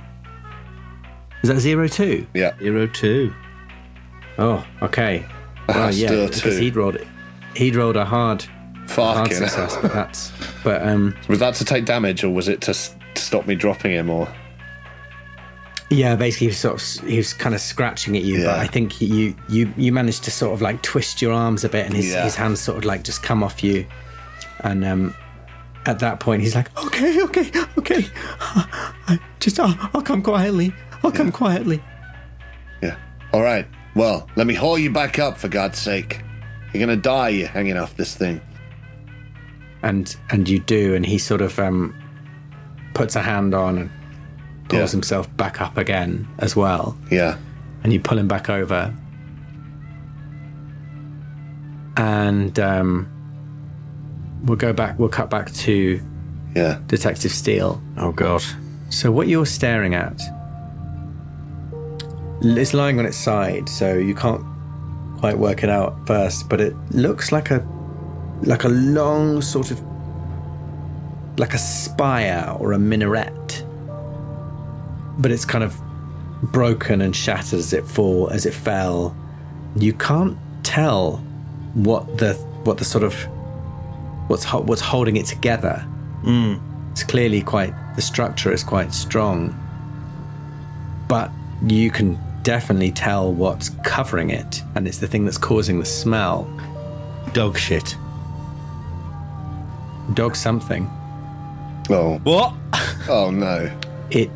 Speaker 8: Is that zero two?
Speaker 7: Yeah.
Speaker 6: Zero two.
Speaker 8: Oh, okay.
Speaker 6: Ah,
Speaker 8: Well, yeah,
Speaker 6: still
Speaker 8: because
Speaker 6: two.
Speaker 8: he'd rolled it. He'd rolled a hard, a hard
Speaker 7: Fucking
Speaker 8: success, but that's but um
Speaker 7: was that to take damage or was it to s- to stop me dropping him or
Speaker 8: Yeah, basically, he was sort of he was kind of scratching at you, but I think you you you managed to sort of like twist your arms a bit, and his
Speaker 7: Yeah.
Speaker 8: his hands sort of like just come off you, and um, at that point he's like, okay, okay, okay, just I'll, I'll come quietly, I'll come quietly.
Speaker 7: Yeah. All right. Well, let me haul you back up for God's sake. You're gonna die you hanging off this thing.
Speaker 8: and and you do and he sort of um puts a hand on and pulls
Speaker 7: Yeah.
Speaker 8: himself back up again as well
Speaker 7: yeah
Speaker 8: and you pull him back over and um we'll go back we'll cut back to
Speaker 7: yeah
Speaker 8: detective steele
Speaker 6: oh god
Speaker 8: so what you're staring at it's lying on its side so you can't quite work it out at first but it looks like a like a long sort of like a spire or a minaret but it's kind of broken and shattered as it fall as it fell you can't tell what the what the sort of what's ho- what's holding it together
Speaker 6: Mm.
Speaker 8: it's clearly quite the structure is quite strong but you can definitely tell what's covering it and it's the thing that's causing the smell
Speaker 6: dog shit
Speaker 8: dog something
Speaker 7: oh
Speaker 6: what
Speaker 7: oh no
Speaker 8: it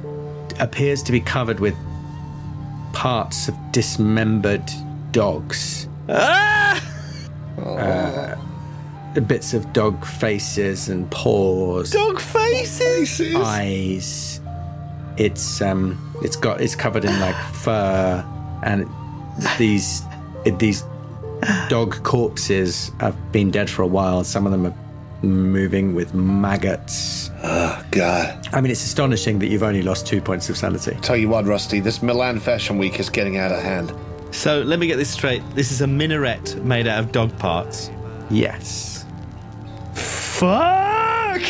Speaker 8: appears to be covered with parts of dismembered dogs Uh, bits of dog faces and paws
Speaker 6: Dog faces.
Speaker 8: eyes It's um, it's got it's covered in like fur, and it- these it, these dog corpses have been dead for a while. Some of them are moving with maggots.
Speaker 7: Oh God!
Speaker 8: I mean, it's astonishing that you've only lost two points of sanity.
Speaker 7: Tell you what, Rusty, this Milan Fashion Week is getting out of hand.
Speaker 6: So let me get this straight. This is a minaret made out of dog parts.
Speaker 8: Yes.
Speaker 6: Fuck!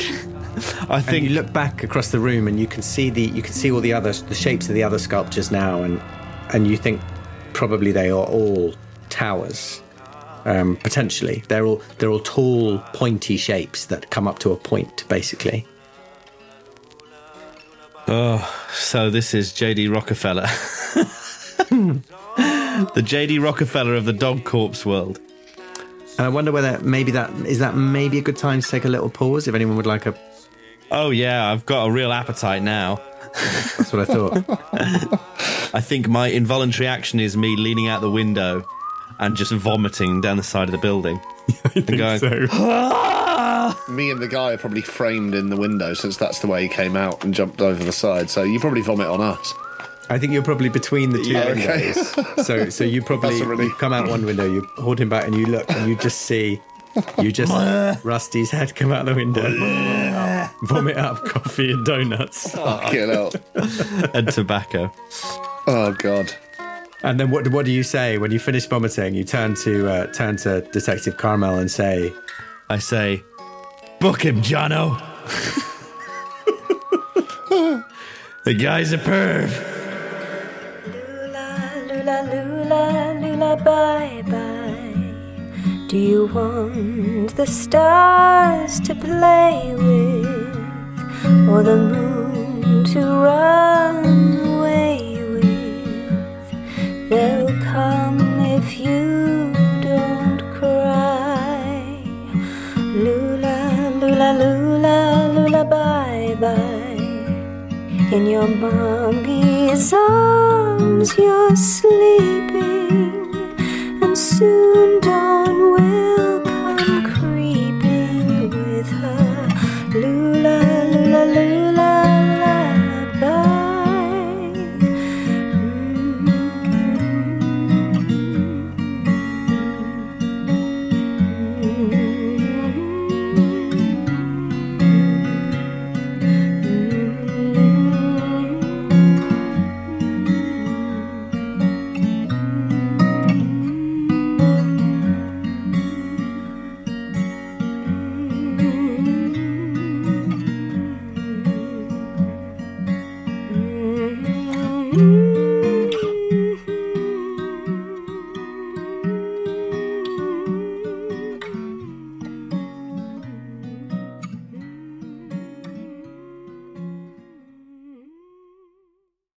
Speaker 6: I
Speaker 8: think you look back across the room and you can see the you can see all the other the shapes of the other sculptures now, and and you think probably they are all towers. Um, potentially, they're all they're all tall, pointy shapes that come up to a point, basically.
Speaker 6: Oh, so this is J.D. Rockefeller. the J.D. Rockefeller of the dog corpse world.
Speaker 8: And I wonder whether maybe that is that maybe a good time to take a little pause if anyone would like a.
Speaker 6: Oh, yeah, I've got a real appetite now.
Speaker 8: That's what I thought.
Speaker 6: I think my involuntary action is me leaning out the window and just vomiting down the side of the building. I think
Speaker 7: Me and the guy are probably framed in the window since that's the way he came out and jumped over the side. So you probably vomit on us.
Speaker 8: I think you're probably between the two
Speaker 7: Yeah, okay.
Speaker 8: windows, so so you probably
Speaker 7: That's a relief.
Speaker 8: you come out one window, you hold him back, and you look, and you just see, you just Rusty's head come out the window, vomit up coffee and donuts,
Speaker 7: Fucking hell.
Speaker 6: and tobacco.
Speaker 7: Oh god.
Speaker 8: And then what? What do you say when you finish vomiting? You turn to uh, turn to Detective Carmel and say,
Speaker 6: "I say, book him, Jono. the guy's a perv.
Speaker 5: Lula, lula, lula, bye bye. Do you want the stars to play with, or the moon to run away with? They'll come if you don't cry. Lula, lula, lula, lula, bye bye. In your mommy's arms, you're sleeping, and soon dawn will Mm. Mm. Mm-hmm.